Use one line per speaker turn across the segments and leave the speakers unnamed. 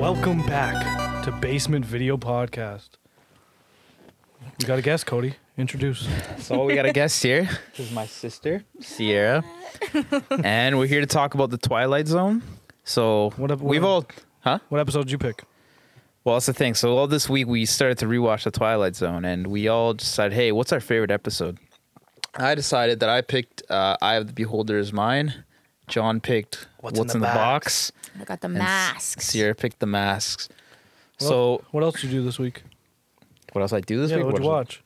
Welcome back to Basement Video Podcast. We got a guest, Cody. Introduce.
So we got a guest here. This is my sister, Sierra, and we're here to talk about the Twilight Zone. So
What up- what
we've
up?
all, huh?
What episode did you pick?
Well, that's the thing. So all this week we started to rewatch the Twilight Zone, and we all decided, hey, what's our favorite episode? I decided that I picked uh, "Eye of the Beholder" is mine. John picked "What's, in, the, box."
I got the
and S-
masks.
Sierra picked the masks.
Well-
so
What else did you do this week?
what else I do this
yeah,
week?
what'd you
Watch-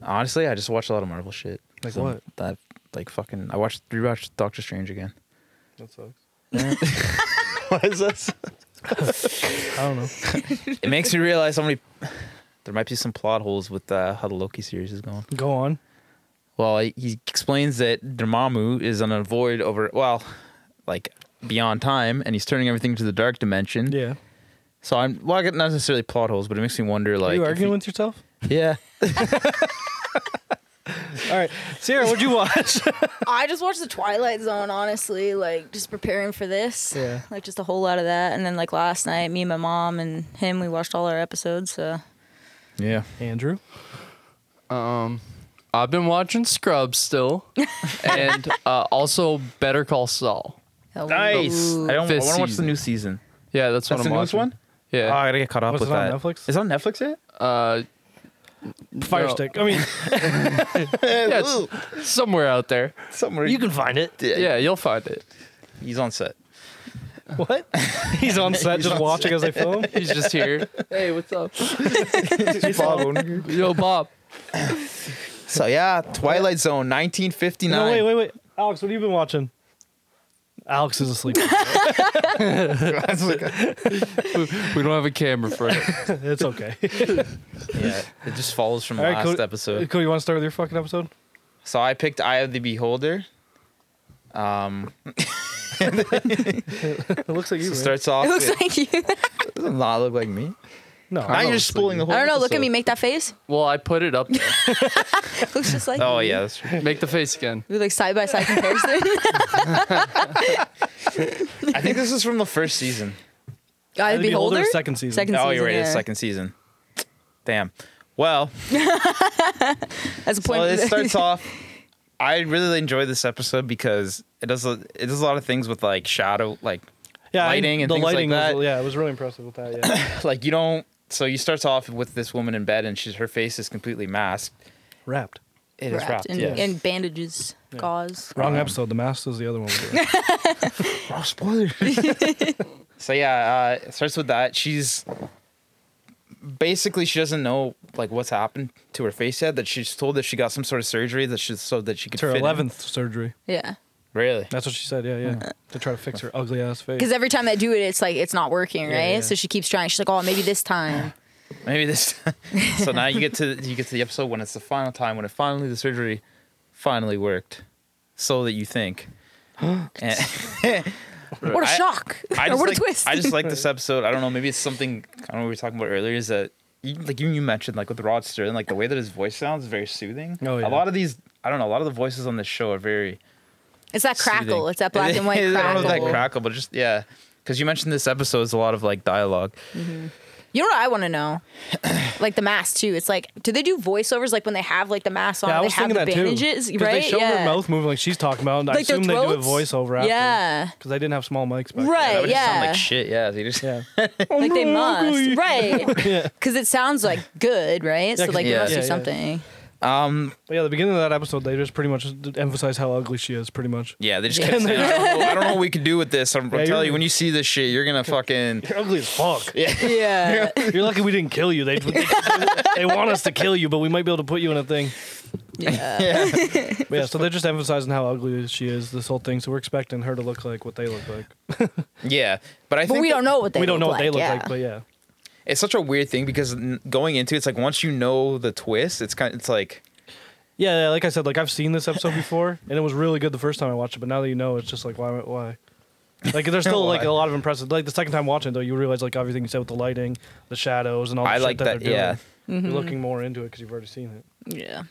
watch?
Honestly, I just watched a lot of Marvel shit.
Like
So
what?
That like fucking. I watched rewatched Doctor Strange again.
That sucks.
Why is that?
I don't know.
It makes me realize how many. There might be some plot holes with uh, how the Loki series is going.
Go on.
Well, he explains that Dormammu is on a void over, well, like beyond time, and he's turning everything to the dark dimension.
Yeah.
So I'm, well, I get not necessarily plot holes, but it makes me wonder, like,
Are you
if
arguing with yourself?
he- yeah,
All right, Sierra, what'd you watch?
I just watched the Twilight Zone, honestly, like just preparing for this.
Yeah.
Like just a whole lot of that. And then like last night, me and my mom and him, we watched all our episodes. So
yeah.
Andrew.
Um, I've been watching Scrubs still, and uh, also Better Call Saul.
Nice. I don't. I
Fifth
want to watch the
season.
new season.
Yeah, that's,
That's
what
the
I'm
newest
watching.
one. Oh,
Yeah.
I gotta get caught up
What's
with
it on
that.
Netflix?
Is it on Netflix yet?
Uh,
Fire
no,
stick. I mean,
Yeah, it's somewhere out there.
Somewhere
can find it.
Yeah, you'll find it.
He's on set.
What? He's on set
He's
just
on
watching as I film.
He's just here. hey, what's up?
so
Yo, Bob.
yeah, Twilight Zone, 1959.
No, wait, wait, wait. Alex, what have you been watching? Alex is asleep.
We don't have a camera for it.
it's okay.
Yeah, it just follows from
All right,
last
Cody-
episode.
Cody, you want to start with your fucking episode?
So I picked Eye of the Beholder. Um,
It looks like you.
so it
man.
starts off.
It looks
with-
like you. I
doesn't that look like me.
no,
Now
I
you're
not
just spoiling the whole.
don't know. Look at me.
episode.
Make that face.
Well, I put it up. there.
It looks just like.
Oh
you.
yeah, that's true.
Make the face again.
We like side by side comparison.
I think this is from the first season.
Guy the
Beholder,
beholder.
second season.
Second
oh, you're right.
season,
It's
yeah.
second season. Damn. Well,
As a point.
so it starts off. I really enjoyed this episode because it does a, it does a lot of things with like shadow, like
yeah,
lighting and
the
things like
lighting
that.
Was, yeah, it was really impressive with that. Yeah,
like you don't. So you starts off with this woman in bed and she's her face is completely masked.
wrapped.
It is
wrapped
wrapped.
in,
yes.
in bandages, gauze.
Wrong
Um,
episode. The mask is the other one.
Oh, spoiler. so yeah, uh, it starts with that. She's basically she doesn't know like what's happened to her face yet. That she's told that she got some sort of surgery that she's so that she could
It's her
fit in.
eleventh surgery.
Yeah.
Really?
That's what she said. Yeah, yeah. To try to fix her ugly ass face.
Because every time I do it, it's like it's not working,
Yeah,
right?
yeah.
So she keeps trying. She's like, "Oh, maybe this time."
Maybe this. so now you get to you get to the episode when it's the final time when it finally the surgery finally worked, so that you think. And-
What a
I-
shock!
I
or
just
what
like,
a twist!
I just like this episode. I don't know. Maybe it's something I don't know. What we were talking about earlier is that you, like you, you mentioned like with Rod Sterling, like the way that his voice sounds is very soothing.
Oh, yeah.
A lot of these, I don't know. A lot of the voices on this show are very
It's that crackle.
soothing.
It's that black and white
I don't know
crackle.
if that crackle, but just yeah. Because you mentioned this episode is a lot of like dialogue.
You know what I want to know? like the mask too. It's like, do they do voiceovers like when they have like the mask on?
yeah, I
they
was
have
thinking
the
that too.
bandages,
'Cause
right?
They show
yeah.
her mouth moving like she's talking about. And I
Like their
assume they do a
throats?
voiceover. After,
Yeah.
Because they didn't have small mics back
Right.
That
Then.
would just sound
yeah.
like shit. Yeah. They just
Yeah.
Like they must, right?
Oh, Yeah.
Because it sounds like good, right?
Yeah,
so
'cause-
like they
yeah.
must
Yeah,
do
yeah.
something.
um
But yeah, the beginning of that episode, they just pretty much emphasize how ugly she is, pretty much.
yeah they just kept saying, I, don't know, I don't know what we can do with this. I'm,
Yeah,
I'm telling
you're-
you when you see this shit you're gonna fucking
You're ugly as fuck.
Yeah.
You're lucky we didn't kill you. They, they, they want us to kill you, but we might be able to put you in a thing.
yeah.
But yeah, so they're just emphasizing how ugly she is, this whole thing. So we're expecting her to look like what they look like.
yeah. But I
But
think
we
that-
don't know what they.
we don't know
look
what
like.
they look
yeah.
like, but yeah.
it's such a weird thing because n- going into it, it's like once you know the twist, it's kind of, it's like
Yeah, yeah, like I said, like I've seen this episode before, and it was really good the first time I watched it. But now that you know, it's just like why, why? Like there's still like
Why?
a lot of impressive. Like the second time watching it, though, you realize like everything you said with the lighting, the shadows, and all. The
I
shit
like
that.
that.
they're doing.
Yeah,
You're looking more into it because you've already seen it.
yeah.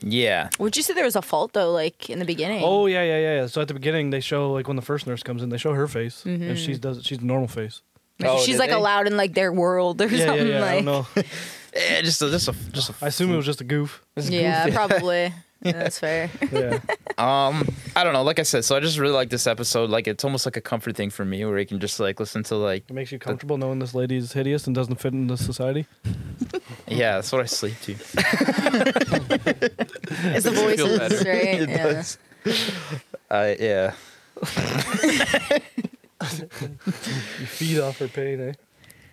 yeah.
Would you say there was a fault though, like in the beginning?
Oh yeah,
Mm-hmm.
yeah, yeah, yeah. So at the beginning, they show like when the first nurse comes in, they show her face, and she's does she's the normal face.
Maybe
Oh,
she's
did
like
they?
allowed in like their world or
Yeah, yeah,
something.
yeah. I
like,
don't know.
Eh, just a, just a, just a.
I assume it was just a goof.
just a
yeah,
goofy.
probably. Yeah, that's fair.
Yeah.
Um, I don't know. Like I said, so I just really like this episode. Like it's almost like a comfort thing for me, where you can just like listen to like,
It makes you comfortable knowing this lady is hideous and doesn't fit into society.
yeah, that's what I sleep to.
It's the
Makes you feel
voices, right?
It
yeah.
does. Uh, yeah.
You feed off her pain,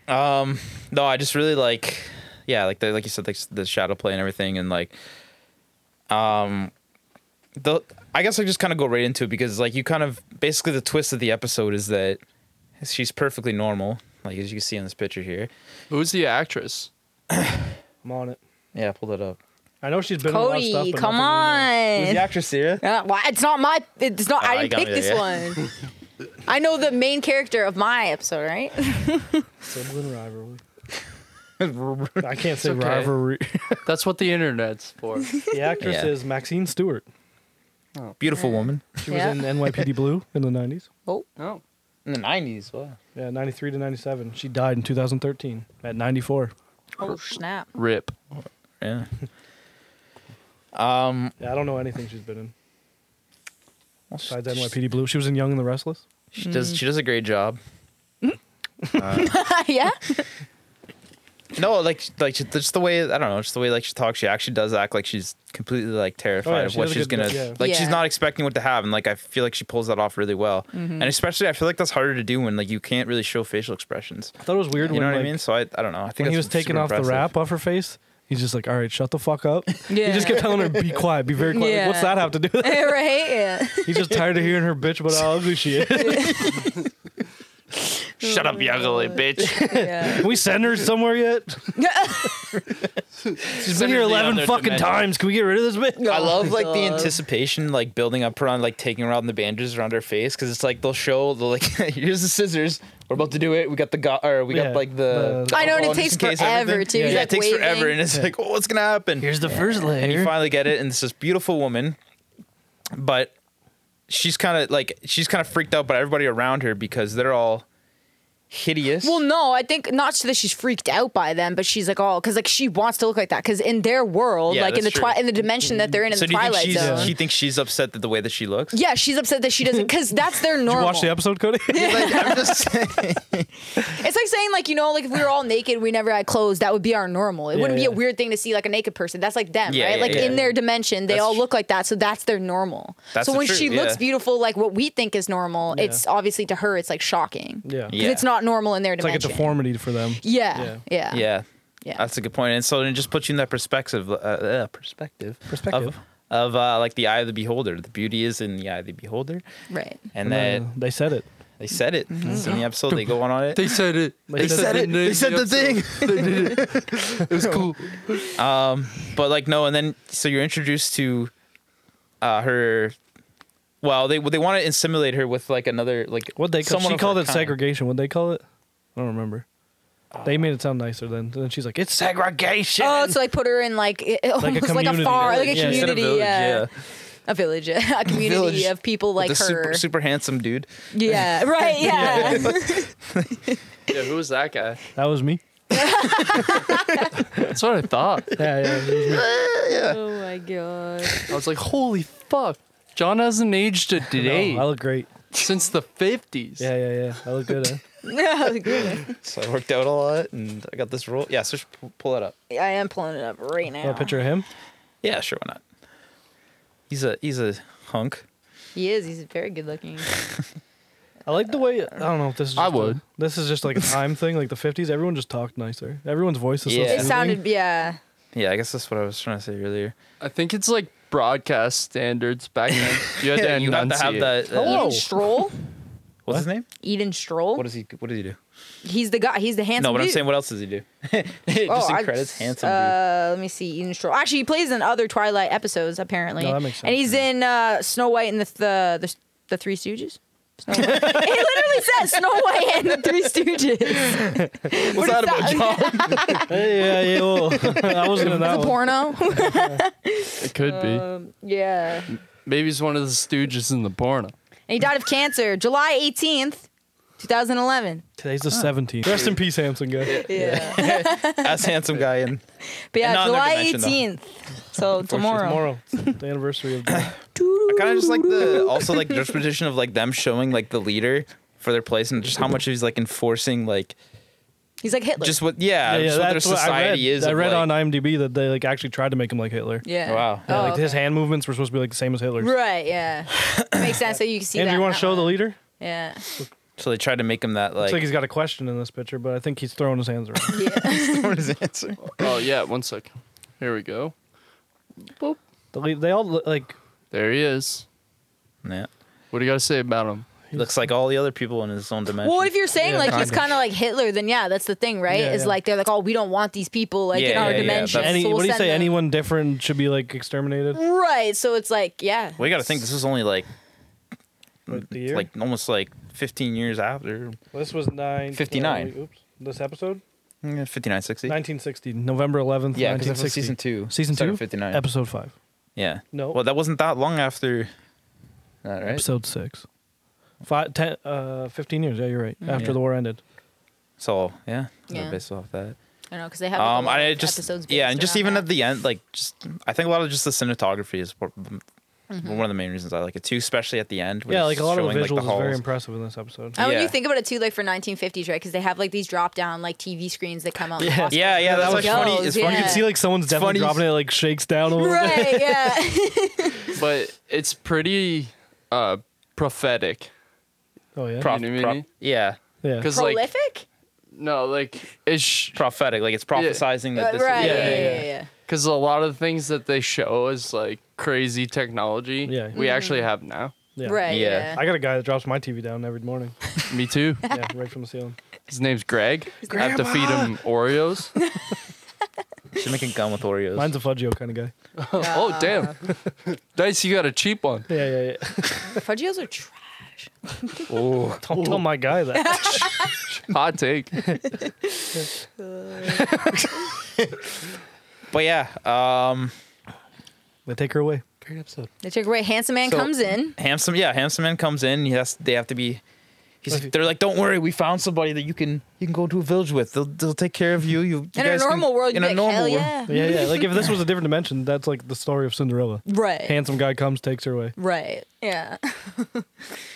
eh?
Um, no, I just really like, yeah, like the like you said, like s- the shadow play and everything, and like, um, the I guess I just kind of go right into it because like you kind of basically the twist of the episode is that she's perfectly normal, like as you can see in this picture here.
Who's the actress?
I'm on it.
Yeah, I pulled it up.
I know she's been in a lot of stuff.
Cody,
but
come
nothing really-
Who's
on.
the actress here?
Uh, why- it's not my. It's not.
Oh,
I
I
didn't
got
pick
it,
this
yeah.
one. I know the main character of my episode, right?
Sibling rivalry. I can't say
It's okay.
rivalry.
That's what the internet's for.
the actress
Yeah.
is Maxine Stewart.
Beautiful woman
She was
Yeah.
in NYPD Blue in the 90s.
Oh,
No.
in the nineties. Wow.
Yeah, 93 to 97. She died in 2013 at 94.
oh snap!
Rip.
Yeah. um.
Yeah, I don't know anything she's been in
well, she,
besides NYPD Blue. She was in Young and the Restless.
she does. She does a great job. Uh,
yeah,
No, like like she, just the way I don't know, just the way like she talks, she actually does act like she's completely like terrified
Oh, yeah,
of
she
what
has a
she's
good-
gonna
yeah.
like.
Yeah.
She's not expecting what to have, and like I feel like she pulls that off really well. And especially, I feel like that's harder to do when like you can't really show facial expressions.
I thought it was weird
You
when
know what I
like,
mean? So I, I don't know. I think
when he
that's
was taking
super
off the
impressive.
wrap off her face. He's just like, all right, shut the fuck up. He
Yeah.
just kept telling her, be quiet, be very quiet. Like, What's
Yeah.
that have to do with it?
right. Yeah.
He's just tired of hearing her bitch about how ugly she is.
Shut up, you ugly bitch.
yeah.
Can we send her somewhere yet? She's been here 11 fucking times. Can we get rid of this bitch?
I love like the
God.
anticipation, like building up around, like taking around the bandages around her face, because it's like they'll show, they'll, like, here's the scissors. We're about to do it. We got the go- or we
Yeah,
got like the.
the-
I know, and it
alcohol just
takes
in case
forever,
everything-
too.
Yeah,
He's,
it
like,
takes forever,
waving.
and it's like, oh, what's gonna happen?
Here's the first
and
layer.
you finally get it, and it's this beautiful woman, but she's kind of like she's kind of freaked out by everybody around her because they're all hideous.
Well, no, I think not so that she's freaked out by them, but she's like, oh, because like she wants to look like that, because in their world,
Yeah,
like in the
that's
twi-
true.
in the dimension that they're in, in
so
the
do you think
twilight
she's
zone.
she thinks she's upset that the way that she looks?
yeah, she's upset that she doesn't, because that's their
Did
normal.
you watch the episode, Cody?
Like, I'm just saying.
It's like saying, like, you know, like if we were all naked, we never had clothes, that would be our normal. It
Yeah,
wouldn't
yeah.
be a weird thing to see like a naked person. That's like them,
Yeah,
right?
yeah,
like
yeah.
in their dimension, they
That's
all
tr-
look like that. So that's their normal.
That's
so
the
when
truth,
she looks
yeah.
beautiful, like what we think is normal,
Yeah.
it's obviously to her, it's like shocking.
yeah.
Yeah.
Because it's not normal in their
It's like a
dimension.
deformity for them.
Yeah. Yeah.
yeah.
Yeah.
That's a good point. And so it just puts you in that perspective, uh, uh, perspective,
Perspective.
of, of uh, like the eye of the beholder. The beauty is in the eye of the beholder,
Right.
and
Uh,
then
they said it.
they said it It's in the episode. They go on on it.
They said it.
Mm-hmm. They said
the
it.
name
They said the
of episode.
thing.
They did it. It was cool.
Um, but like no, and then so you're introduced to uh, her. Well, they they want to assimilate her with like another like
What they call
someone
she
of her
called it
kind.
segregation. What they call it? I don't remember. They made it sound nicer then. Then she's like, it's
segregation.
Oh, so like put her in like it- almost like a,
community.
far, like a
Yeah,
instead of
community, uh,
village,
yeah. a village, yeah. a community
Village
of people like her.
the super super handsome dude.
Yeah, right, yeah.
Yeah, who was that guy?
that was me.
That's what I thought.
Yeah, yeah. it was me.
Oh my god.
I was like, holy fuck. John hasn't aged a day
No, I look great.
since the 50s.
Yeah, yeah, yeah. I look good. Eh?
Oh,
So I worked out a lot, and I got this role. Yeah, so just pu- pull that up.
I am pulling it up right now.
Want a picture of him?
Yeah, sure, why not? He's a he's a hunk.
He is. He's very good looking.
I like the way. I don't know if this is.
I
just a-
would.
this is just like a time thing. Like the '50s, everyone just talked nicer. Everyone's voice is so
Yeah.
It
soothing.
sounded, yeah.
Yeah, I guess that's what I was trying to say earlier.
I think it's like broadcast standards back then. You had
Yeah,
to,
you have to have
enunciate.
that. uh,
Hello.
Eden Stroll.
What's his name?
Eden Stroll.
What does he? What does he do?
he's the guy. He's the
no,
handsome.
but I'm
dude. Oh,
saying, what else does he do? Oh, Just in
I-
credits, handsome dude.
Uh, let me see. Eden Stroll. Actually, he plays in other Twilight episodes apparently.
No, that makes
And
sense,
he's in uh, Snow White and the the the, the Three Stooges. Snow White. it literally says Snow White and the Three Stooges.
What's that about, John?
Hey, yeah, yeah. Well, I wasn't in that
The
one.
porno.
It could be.
um, yeah. And
Maybe it's one of the Stooges in the porno.
he died of cancer, July 18th, 2011.
Today's the 17th. Rest in peace, handsome guy.
Yeah.
As handsome guy and
But yeah,
And not another
July
dimension, though.
18th. So tomorrow.
Tomorrow. It's the anniversary of the
I kind of just like the also like the tradition of like them showing like the leader for their place and just how much he's like enforcing like
He's like Hitler.
just what yeah, just what their
that's what
society
I read,
is.
I
of,
read
like-
on uh, IMDb that they like actually tried to make him like Hitler.
yeah.
Wow.
Yeah,
Oh,
like his
okay.
hand movements were supposed to be like the same as Hitler's.
Right, yeah. Makes sense. So you can see
Andrew,
that.
you want
in
to
that
show the
one.
leader?
Yeah.
so they tried to make him that like,
Looks like he's got a question in this picture, but I think he's throwing his hands around.
yeah.
what is the answer?
Oh yeah, one sec. Here we go. Boop.
The lead- they all look like
There he is.
Yeah.
What do you got to say about him?
Looks like all the other people in his own dimension.
Well, if you're saying
Yeah,
like he's
kinda.
kind of like Hitler, then yeah, that's the thing, right?
Yeah,
is
yeah.
like they're like, oh, we don't want these people like in
Yeah,
our
yeah, yeah,
dimension.
that's-
any.
so we'll
what do you
send
say?
them-
Anyone different should be like exterminated.
Mm,
Right. So it's like, yeah.
well, you got to think this was only like
What, the year?
like almost like 15 years after
this was nine
59.
wait, oops. This episode,
yeah, 59, 60.
1960, November 11th,
yeah, because
1960.
season two.
Season
started
two?
59.
Episode five.
yeah.
No.
Well, that wasn't that long after. That right.
Episode six. Five, ten, uh, 15 years. Yeah, you're right. After
Mm, Yeah.
the war ended.
So yeah,
Yeah.
yeah. based off that.
I know because they have. Like,
Um,
a lot
I
of
just
episodes
yeah,
based
and just
around
even
that.
at the end, like just I think a lot of just the cinematography is por-
Mm-hmm.
one of the main reasons I like it too, especially at the end. when
Yeah,
it's
like a lot of the
showing,
visuals
like,
is very
halls.
impressive in this episode.
And when you
Yeah.
think about it too, like for 1950s, right? Because they have like these drop down like TV screens that come out. in the hospital.
Yeah, yeah, that's
Those
what's funny.
yells,
It's funny.
You can see like someone's definitely
funny.
dropping it, like shakes down a little bit.
Right. Yeah.
But it's pretty uh prophetic.
Oh yeah.
Prof-
You know what I
pro-
mean?
yeah,
yeah.
Because like
Prolific.
no, like it's sh-
prophetic. Like it's prophesizing that
Right.
this.
Yeah.
Is,
Yeah.
yeah,
Yeah.
yeah.
yeah.
Because a lot of the things that they show is like crazy technology
Yeah.
we actually have now.
Yeah.
Right.
Yeah.
Yeah.
I got a guy that drops my TV down every morning.
Me too.
Yeah, right from the ceiling.
His name's Greg. I have to feed him Oreos.
Should make a gun with Oreos.
Mine's a Fudgio kind of guy.
oh damn! Nice, you got a cheap one.
Yeah, yeah, yeah.
Fudgios are trash.
oh,
Don't tell my guy that.
Hot take.
but yeah, um,
they take her away.
great episode.
They took away. Handsome man
So-
comes in.
Handsome, yeah, handsome man comes in. He has, they have to be. He's,
Okay.
they're like, don't worry, we found somebody that you can you can go to a village with. They'll they'll take care of you. You, you
In a
guys can-
normal world,
in
you'd be
a
like,
normal
hell
world.
yeah.
Yeah, yeah. Like if this was a different dimension, that's like the story of Cinderella.
Right.
Handsome guy comes, takes her away.
Right. Yeah.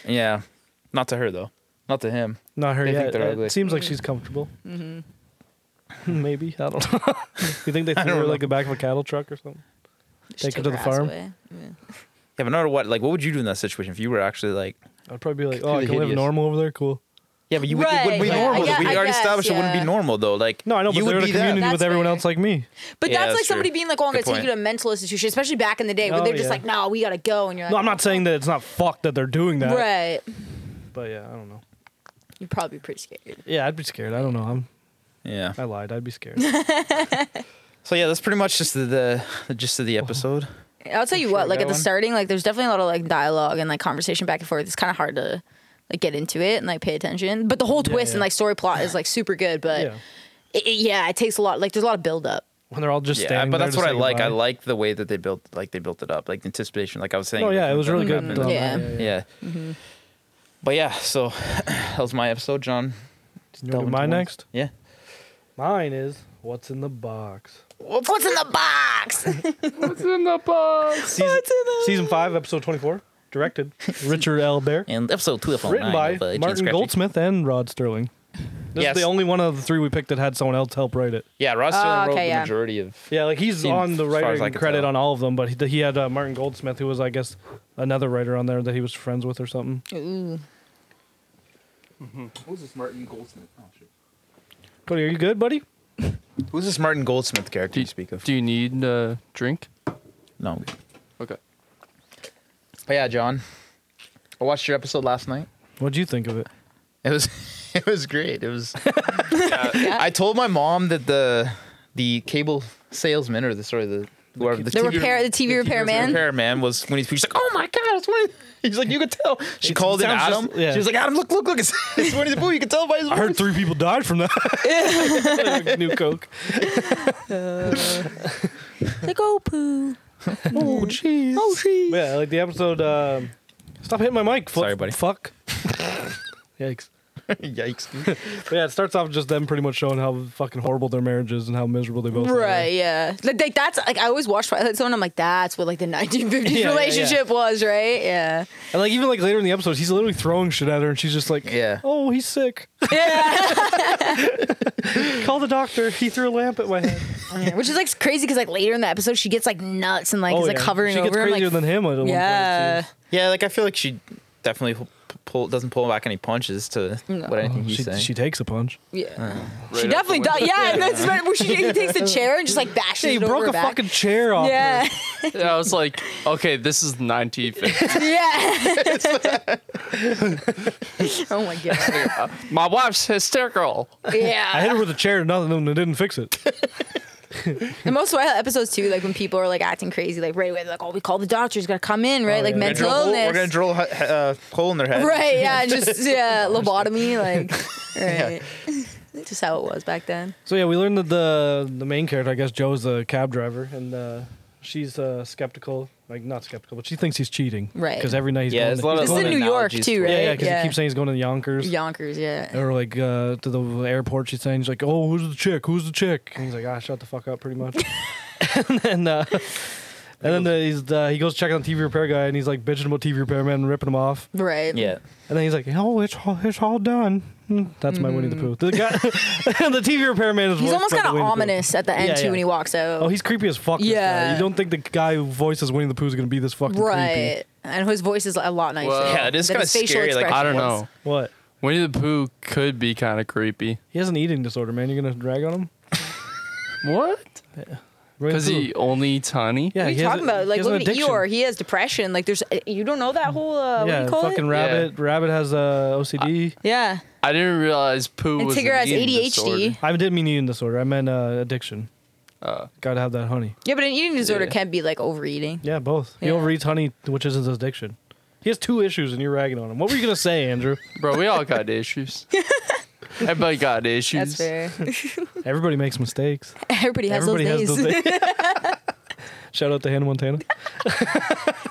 Yeah, not to her though, not to him.
Not her
They think
yet.
they're
Uh,
ugly.
It seems
Mm.
like she's comfortable.
Mm-hmm.
Maybe I don't know. you think they threw her like the back of a cattle truck or something? Take her to the
ass
farm.
away. Yeah.
Yeah, but no matter what, like, what would you do in that situation if you were actually like?
I'd probably be like,
They're
oh, I can live
hideous.
normal over there. Cool.
Yeah, but you
Right,
it wouldn't be
yeah,
normal.
I
though.
gue-
we
I
already
guess,
established it wouldn't
yeah.
be normal though. Like,
No, I know,
you
but they're
would
in a
be them.
community with
That's
everyone
fair.
else like me.
But
Yeah,
that's like
that's
somebody
true.
being like, "Oh, I'm
Good
gonna take
point.
you to a mental institution," especially back in the day, where
Oh,
they're just
yeah.
like, "No, we gotta go," and you're like,
No, I'm not saying that it's not fucked that they're doing that.
Right.
But yeah, I don't know.
You'd probably be pretty scared.
Yeah, I'd be scared. I don't know. I'm.
Yeah.
I lied. I'd be scared.
So yeah, that's pretty much just the, the, the gist of
Uh-huh.
the episode.
I'll tell you
Sure,
what, like
go
at the
on.
starting, like there's definitely a lot of like dialogue and like conversation back and forth. It's kind of hard to like get into it and like pay attention. But the whole
Yeah,
twist and
yeah.
like story plot is like super good. But
yeah.
It, it- yeah, it takes a lot. Like there's a lot of build up.
When they're all just
Yeah,
standing.
but
there
that's
to
what I
say
like. I
goodbye.
like the way that they built, like they built it up, like the anticipation. Like I was saying.
Oh
like,
yeah, it
when
was
that
really good. done.
happened.
Yeah.
Yeah. But yeah, so that was my episode,
You
John.
want to do
Delving
mine
towards-
next?
Yeah.
Mine is what's in the box.
What's in the box?
What's in the box?
Season, season five, episode twenty-four, directed Richard L. Bear,
And episode two of
written by
of, uh, Gene
Martin
Scratchy.
Goldsmith and Rod Sterling. This
Yes.
is the only one of the three we picked that had someone else help write it.
Yeah, Ross
Oh,
Taylor wrote
okay,
the
yeah.
majority of.
Yeah, like he's
Seen
on the
as far as I
writing
can
credit
tell.
on all of them, but he, he had uh, Martin Goldsmith, who was I guess another writer on there that he was friends with or something.
Ooh.
Who's this Martin Goldsmith? Oh, shit.
Cody, are you good, buddy?
Who's this Martin Goldsmith character
Do,
you speak of?
do you need a drink?
no. I'm good.
Okay.
But yeah, John, I watched your episode last night.
What'd you think of it?
It was it was great. It was. I told my mom that the the cable salesman or the sorry the whoever the,
The repair, the TV repairman.
repairman was when he's she's like oh my god it's one of, he's like you could tell she called in
sounds
Adam
just- yeah.
she was like Adam look look look it's, it's Winnie the Pooh you can tell by his
I heard three people died from that. New Coke.
Like oh poo.
oh jeez
Oh she.
Yeah, like the episode. Um, stop hitting my mic. Fl-
Sorry, buddy.
Fuck. Yikes.
Yikes, dude.
But yeah, it starts off just them pretty much showing how fucking horrible their marriage is and how miserable they both are.
Right, yeah. Like, like that's like I always watch Twilight Zone. I'm like, that's what like the 1950s
Yeah, yeah,
relationship was, right? Yeah,
And like even like later in the episode, he's literally throwing shit at her, and she's just like,
Yeah.
oh, he's sick.
yeah.
Call the doctor. He threw a lamp at my head.
Which is like crazy because like later in the episode, she gets like nuts and like
oh,
is like
yeah.
hovering
she
over
gets
him.
crazier
like,
than him. At one
yeah,
Point, it
Yeah, like I feel like she definitely p- pull doesn't pull back any punches to what anything
seems. Oh,
he's
she,
saying.
she takes a punch.
yeah.
Right
she
out
definitely
the
does.
window.
Yeah, and that's when- where she takes the chair and just like bashes
Yeah, he
it over
broke
her
a
back.
fucking chair off.
Yeah,
I was like, okay, this is 1950.
yeah. oh my god.
My wife's hysterical.
I
Yeah.
hit her with a chair, and nothing, and it didn't fix it.
And most Twilight episodes too, like when people are like acting crazy, like right away, they're like, "Oh, we call the doctor. He's got to come in, right?
Oh,
like
yeah.
We're gonna
mental
drill a hole-
illness."
we're gonna drill a hu- uh, hole in their head.
Right, yeah, just yeah, lobotomy, like right. Just how it was back then.
So yeah, we learned that the the main character, I guess Joe, is the cab driver, and uh, she's uh, skeptical, like not skeptical, but she thinks he's cheating,
Right.
Because every night he's
Yeah,
going
there's
to,
a lot of
This is in New York
analogies to
too,
it.
right?
yeah, yeah, because he keeps saying he's going to the Yonkers,
Yonkers, yeah.
or like uh, to the airport. She's saying she's like, "Oh, who's the chick? Who's the chick?" And he's like, "Ah, shut the fuck up," pretty much. and then. Uh, and then the, he's the, he goes checking on TV repair guy, and he's like bitching about TV repairman, ripping him off.
Right.
Yeah.
And then he's like, "Oh, it's all, it's all done." Hmm, That's my Winnie the Pooh. The guy, the TV repairman is.
He's
worse
almost
than
kind of
the Winnie the Pooh.
ominous at the end
Yeah,
too
yeah.
when he walks out.
Oh, he's creepy as fuck. Yeah.
Yeah.
You don't think the guy who voices Winnie the Pooh is gonna be this fucking
right. And his voice is a lot nicer.
Well,
Yeah, it is
than
kinda
his facial
scary, like,
I
expression
don't know.
was.
creepy? What?
Winnie the Pooh could be kind of creepy.
He has an eating disorder, man. You're gonna drag on him?
What?
Winnie
Because
the Pooh.
he only eats honey.
Yeah.
What are
he
you
has
talking
a-
about?
he
Like,
has an
look at
addiction.
Eeyore. He has depression. Like, there's, uh, you don't know that whole, uh, what do
yeah.
you call
fucking
it?
rabbit. Rabbit has uh, OCD.
Yeah.
I didn't realize Pooh
And
was
Tigger
an
has
eating
ADHD.
disorder.
I didn't mean eating disorder. I meant uh, addiction.
Uh,
Gotta have that honey.
Yeah, but an eating disorder
Yeah.
can be like overeating.
Yeah, both. He
Yeah.
overeats honey, which is his addiction. He has two issues, and you're ragging on him. What were you gonna say, Andrew?
bro, we all got issues. Everybody got
That's
issues.
fair.
Everybody makes mistakes.
Everybody has
Everybody
those days.
has those days. Shout out to Hannah Montana.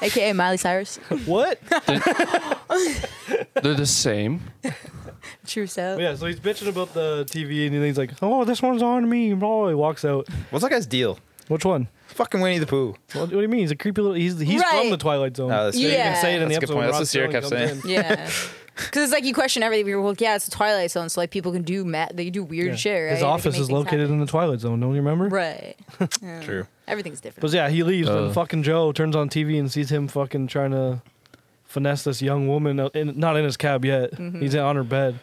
AKA Miley Cyrus.
What?
They're the same.
True self.
Oh, Yeah, so he's bitching about the TV and he's like, "Oh, this one's on me." Bro, he walks out.
What's that guy's deal?
Which one?
Fucking Winnie the Pooh.
What, what do you mean? He's a creepy little. He's he's
Right.
from the Twilight Zone.
No, Oh, that's
You
Yeah.
can say it in
That's
the
a
episode.
good point.
when
That's
Rod
what Sarah kept
Sterling
saying.
comes
Yeah. Because it's like you question everything. People are like, yeah, it's a Twilight Zone, so like people can do ma- they can do
in.
weird
Yeah.
shit. Right?
His
They can
office
make
is
things
located in the Twilight Zone. Don't you remember?
happen. Right. Yeah.
True.
Everything's different.
But yeah, he leaves
Uh.
and fucking Joe turns on TV and sees him fucking trying to finesse this young woman. out- In, not in his cab yet.
Mm-hmm.
He's on her bed.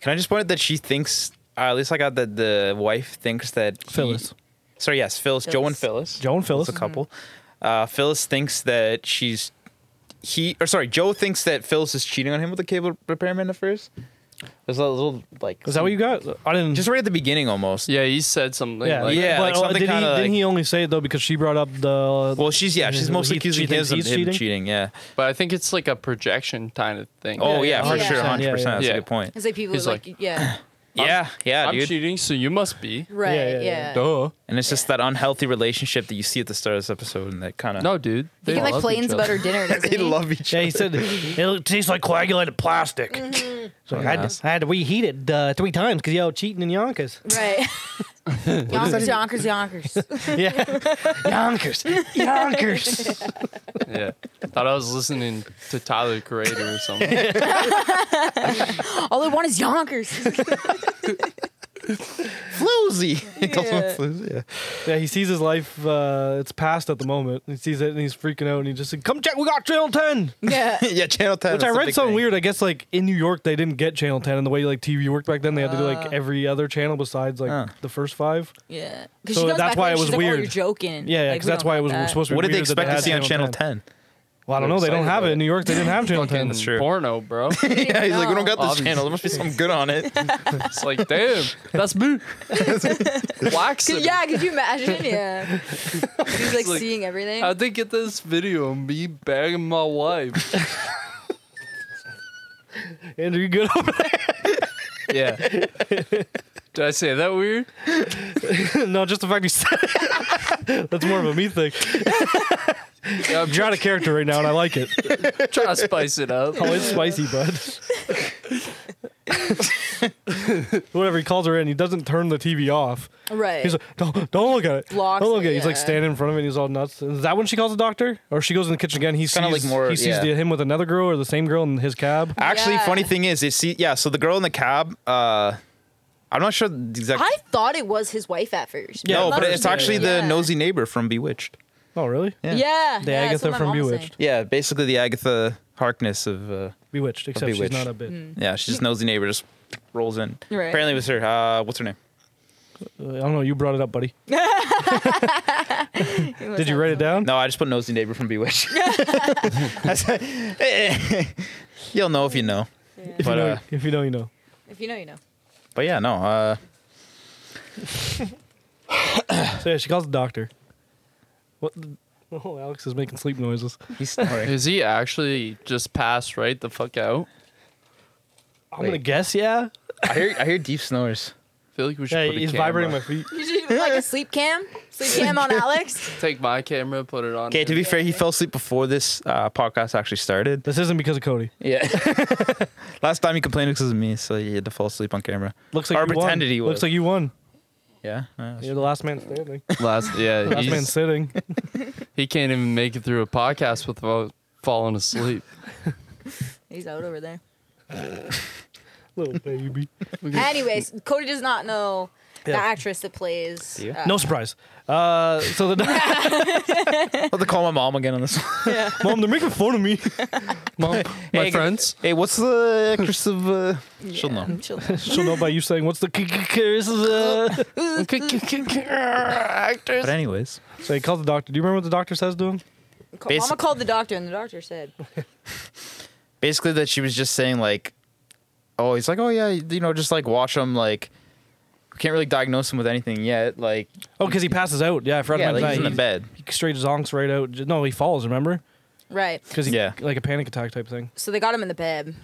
Can I just point out that she thinks, uh, at least I got that the wife thinks that he-
Phyllis,
sorry, yes, Phyllis, Joe and
Phyllis.
Phyllis.
Joe and Phyllis.
It's a couple. Uh, Phyllis thinks that she's he or sorry, Joe thinks that Phyllis is cheating on him with the cable repairman at first. There's a little like
Is that what you got? I didn't.
Just right at the beginning, almost.
Yeah, he said something.
yeah,
like,
Yeah.
But
like
uh,
something
did he,
kinda
didn't
like-
he only say it though because she brought up the
Well, she's yeah, she's
He-
mostly
she
accusing him
thinks
of him
he's
cheating?
cheating?
Yeah.
But I think it's like a projection kind of thing.
Oh yeah, for
yeah.
sure,
100%,
hundred
yeah,
percent. That's
yeah.
a good point.
It's like people
He's
like, yeah.
Yeah, yeah,
I'm
dude.
cheating, so you must be.
Right. Yeah.
Yeah, yeah, yeah.
Duh.
And it's just that unhealthy relationship that you see at the start of this episode, and that kind of
No, dude.
He
They
can like
love
planes
each
about
other.
her dinner. doesn't
they
he?
love each
Yeah,
other.
he said it tastes like coagulated plastic.
Mm-hmm.
So I, had to, I had to reheat it uh, three times because y'all cheating in Yonkers.
Right. Yonkers, Yonkers, Yonkers.
Yeah, Yonkers, Yonkers.
Yeah. Thought I was listening to Tyler the Creator or something.
All I want is Yonkers.
floozy. He calls him
Yeah.
floozy, yeah.
yeah, he sees his life. Uh, it's past at the moment. He sees it and he's freaking out. And he just said, "Come check, we got Channel 10."
yeah.
yeah, Channel 10.
Which I read something weird. I guess like in New York they didn't get Channel 10, and the way like TV worked back then, they had to do
Uh.
like every other channel besides like
Huh.
the first five.
Yeah. 'Cause
So
she goes
that's
back
why
and
it was
she's like,
weird.
Oh, you're joking.
Yeah, yeah,
Like,
because
we
that's
don't
why it
want
was
that.
supposed to. Be
What did they
weird that
expect to see on
had
Channel 10?
Well, I don't know. They don't have it in New York. They didn't have Channel 10.
Fucking
That's true.
porno, bro.
yeah, he's like, we don't got this
Obviously.
channel. There must be something good on it.
It's like, damn, that's me. Wax.
Could, yeah, could you imagine? Yeah. She's like,
like,
seeing everything.
How'd they get this video of me banging my wife?
Andrew, you good over
Yeah. Did I say that weird?
there? no, just the fact you said it. That's more of a me thing.
Yeah, I'm
You're out of character right now, and I like it. Oh,
trying to spice it up.
Always spicy, bud. whatever he calls her in, he doesn't turn the TV off.
Right.
He's like, don't, don't look at it.
Blocks
don't look
it,
at it. He's like
yeah.
standing in front of it. And he's all nuts. Is that when she calls the doctor, or she goes in the kitchen again? He sees
Kinda like more-
he sees
yeah.
the- him with another girl or the same girl in his cab.
Actually,
Yeah.
funny thing is, it's yeah. So the girl in the cab, uh, I'm not sure the exact.
I thought it was his wife at first.
Yeah,
no,
I
but
thought it
it's
was-
actually the
yeah.
nosy neighbor from Bewitched.
Oh really?
Yeah.
yeah. Yeah.
The
that's
Agatha
what my
from
mom was
Bewitched.
saying.
Yeah, basically the Agatha Harkness of. Uh,
Bewitched. Except
Bewitched. Mm.
she's not a bit.
yeah, she's just nosy neighbor, just rolls in.
Right.
Apparently, it was her. Uh, what's her name?
Uh, I don't know. You brought it up, buddy. Did you write it down?
No, I just put nosy neighbor from Bewitched. That's- You'll know if you know.
If
But,
you know,
uh,
if you know, you know.
If you know, you know.
But yeah, no. Uh,
So yeah, she calls the doctor. What? The, oh, Alex is making sleep noises.
he's snoring.
Is he actually just passed right the fuck out?
I'm
Wait.
gonna guess, yeah.
I hear I hear deep snores.
feel like we should
Yeah,
put a
he's
camera.
vibrating my feet.
You should do, like a sleep cam, sleep cam on Alex.
Take my camera, put it on.
Okay, to be fair, he fell asleep before this uh, podcast actually started.
This isn't because of Cody.
Yeah. Last time he complained because of me, so he had to fall asleep on camera.
Looks like
Or
you won.
pretended he was.
Looks like you won.
Yeah. uh,
You're the last man standing.
last yeah,
Last man
he's,
sitting.
he can't even make it through a podcast without falling asleep.
He's out over there.
Little baby.
Anyways, Cody does not know the
Yeah.
actress that plays.
Do you?
uh,
No surprise. Uh, so the doc-
I'll have to call my mom again on this. one.
mom, they're making fun of me.
Mom, my
Hey,
friends.
hey, what's the actress of? Uh... She'll
Yeah,
know.
She'll know.
She'll know by you saying, "What's the k- k- k- this is, uh?"
But anyways,
So he calls the doctor. Do you remember what the doctor says to him?
Ca-
Basi-
Mama called the doctor, and the doctor said,
basically that she was just saying like, oh, he's like, oh yeah, you know, just like watch him like. We can't really diagnose him with anything yet. Like,
Oh, because he passes out. Yeah, I forgot
yeah,
about
like he's in
that.
the bed.
He, he straight zonks right out. J- No, he falls. Remember?
right.
Because
Yeah.
like a panic attack type thing.
So they got him in the bed.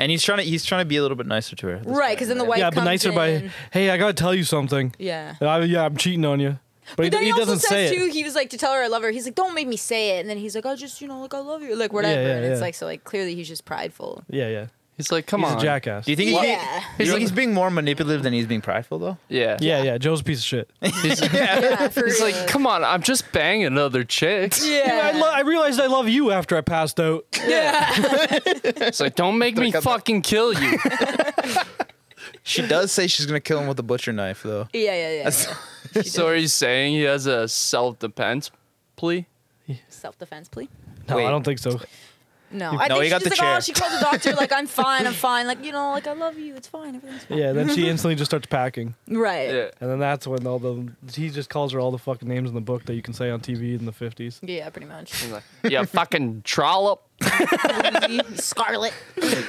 And he's trying to he's trying to be a little bit nicer to her. at this
Right,
point,
because then the wife
yeah, but
comes
nicer
in.
by, "Hey, I gotta tell you something.
Yeah.
And I, yeah, I'm cheating on you." But, he,
But then
he,
he, also
doesn't
says
say
too,
it.
he was like to tell her I love her. He's like, don't make me say it. And then he's like, I just, you know, like I love you, like whatever.
yeah,
and it's
yeah.
like so, like clearly he's just prideful.
Yeah, yeah.
He's like, come
he's
on,
a jackass.
Do you think he's, being,
Yeah.
you think he's being more manipulative than he's being prideful though?
Yeah,
yeah, yeah. Joe's a piece of shit.
He's,
Yeah, for
he's
real.
like, come on, I'm just banging another chick.
I, lo- I realized I love you after I passed out.
It's like, don't make me
Look at that.
fucking kill you.
She does say she's gonna kill him with a butcher knife though.
yeah, yeah, yeah.
That's-
so are you saying he has a self-defense plea?
Self defense plea.
No,
Wait.
I don't think so.
No, I think
No, he
she's
got
just
the
like, oh,
chair.
she called the doctor, like I'm fine, I'm fine, like you know, like I love you, it's fine, everything's fine.
Yeah, then she instantly just starts packing.
Right. Yeah.
And then that's when all the he just calls her all the fucking names in the book that you can say on TV in the fifties.
pretty much.
He's like, yeah, fucking trollop.
Scarlet.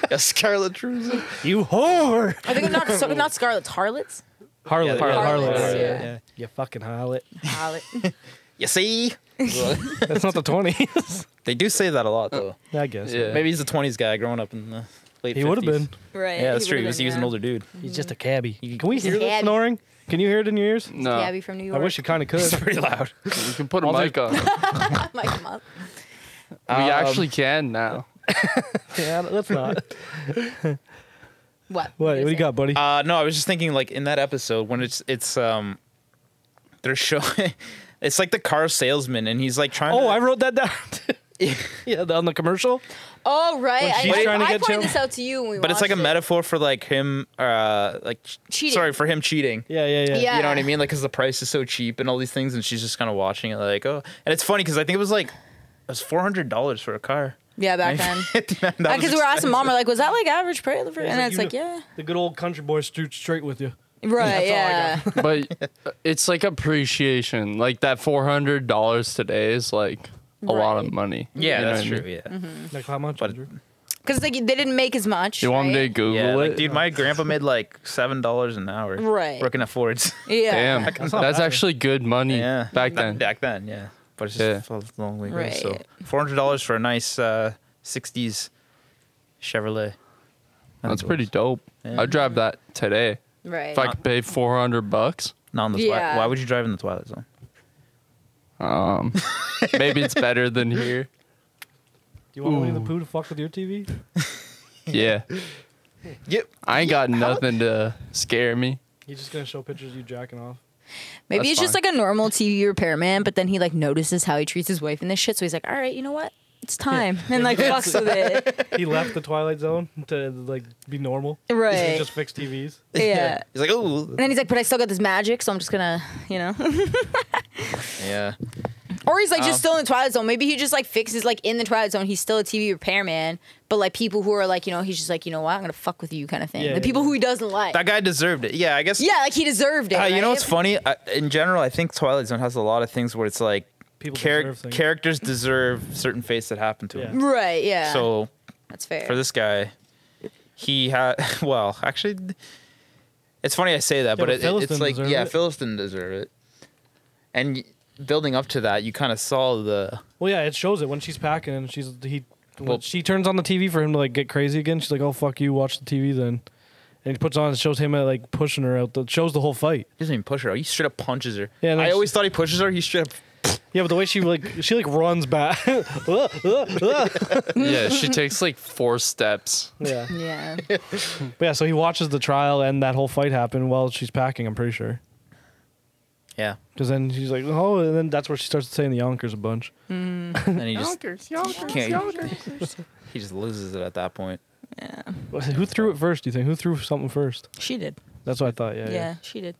a Scarlet Trousers.
You whore,
I think not so, not Scarlet, Harlots.
harlot,
Yeah,
harlot,
yeah, harlot,
harlot,
yeah.
yeah.
yeah. you fucking harlot.
Harlot.
You see?
That's not the twenties,
They do say that a lot though.
I guess.
Yeah.
Maybe he's a twenties guy growing up in the late.
Oh. He would have
50s.
been.
Right.
Yeah, that's true. He was, he was
using
an older dude.
He's just a cabbie. Can we hear this
cabbie.
snoring? Can you hear it in your ears?
No,
Gabby from New York.
I wish you kind of
It's
could.
pretty loud.
you can put a
I'll
mic on. him.
Mic him up.
We
Um,
actually can now.
yeah, let's not.
What?
What? What do you got, buddy?
Uh, no, I was just thinking like in that episode when it's it's um, they're showing. It's like the car salesman, and he's like trying.
oh,
to,
I wrote that down. yeah, the- on the commercial.
Oh right,
When
I,
she's
I,
trying to
I
get
pointed
Jim-
this out to you. When we
But it's like a
watched it.
metaphor for like him, uh, like ch-
Cheating.
Sorry for him cheating.
Yeah, yeah, yeah.
Yeah.
You know what I mean? Like, cause the price is so cheap and all these things, and she's just kind of watching it, like, oh. And it's funny because I think it was like, it was four hundred dollars for a car.
Yeah, back then.
Because
Uh,
Because we were asking mom, we're like, was that like average prayer? And
like,
it's
you
like,
know-
yeah.
The good old country boy stood straight with you.
Right, yeah.
That's
But uh, it's like appreciation. Like that four hundred dollars today is like a lot of
Right.
money.
Yeah,
You know
that's
what I
true.
mean?
Yeah.
Like how much?
But-
Andrew?
Because like, they didn't make as much.
You want me to
right?
Google
Yeah, like,
it?
dude, my grandpa made like seven dollars an hour.
Right.
Working at Ford's.
Yeah.
Damn,
That's
that's,
not bad.
actually good money
yeah.
back then.
Back then, yeah. But it's just a long way ago. So
Right.
four hundred dollars for a nice uh, '60s Chevrolet. I
That's
think it
pretty
was.
dope.
Yeah.
I'd drive that today
Right.
if I could pay four hundred bucks.
Not in the
Yeah.
twilight. Why would you drive in the twilight zone?
Um, maybe it's better than here.
Do you want Winnie the Pooh to fuck with your TV?
Yeah.
Yep.
I ain't got nothing to scare me.
He's just gonna show pictures of you jacking off.
Maybe
That's
it's just
fine.
like a normal TV repairman, but then he like notices how he treats his wife and this shit, so he's like, "All right, you know what? It's time," and like fucks with it.
He left the Twilight Zone to like be normal.
Right.
He just fix TVs.
Yeah.
He's like, oh.
And then he's like, but I still got this magic, so I'm just gonna, you know.
Yeah.
or he's like
Um,
Oh.
just still in the Twilight Zone. Maybe he just like fixes like in the Twilight Zone. He's still a TV repairman, but like people who are like, you know, he's just like, you know what, I'm gonna fuck with you kind of thing.
Yeah,
the
yeah,
people
yeah.
who he doesn't like.
That guy deserved it. Yeah, I guess.
yeah, like he deserved it.
Uh, You know
right?
what's funny? I, in general, I think Twilight Zone has a lot of things where it's like
People deserve things.
characters deserve certain fates that happen to them.
Right? Yeah.
So
that's fair.
for this guy, he had well, actually, it's funny I say that, but,
but
it,
Phyllis
it's
didn't
like
deserve
yeah,
it.
Phyllis didn't deserve it. And y- building up to that, you kind of saw the
Well, yeah, it shows it when she's packing and she's he. When
Well-
she turns on the TV for him to like get crazy again. She's like, "Oh fuck you, watch the TV then." And he puts on and shows him uh, like pushing her out. The, shows the whole fight.
he doesn't even push her. He straight up punches her.
Yeah, no,
I
she-
always thought he pushes her. He straight up.
Yeah, but the way she like she like runs back. Uh, uh, uh.
yeah, she takes like four steps.
yeah,
yeah.
but yeah. So he watches the trial and that whole fight happen while she's packing. I'm pretty sure.
Yeah.
Because then she's like, "Oh," and then that's where she starts saying the Yonkers a bunch.
And he just can't. He just loses it at that point.
Who threw it first? Do you think? Who threw something first?
She did.
That's what I thought. Yeah,
Yeah,
yeah.
she did.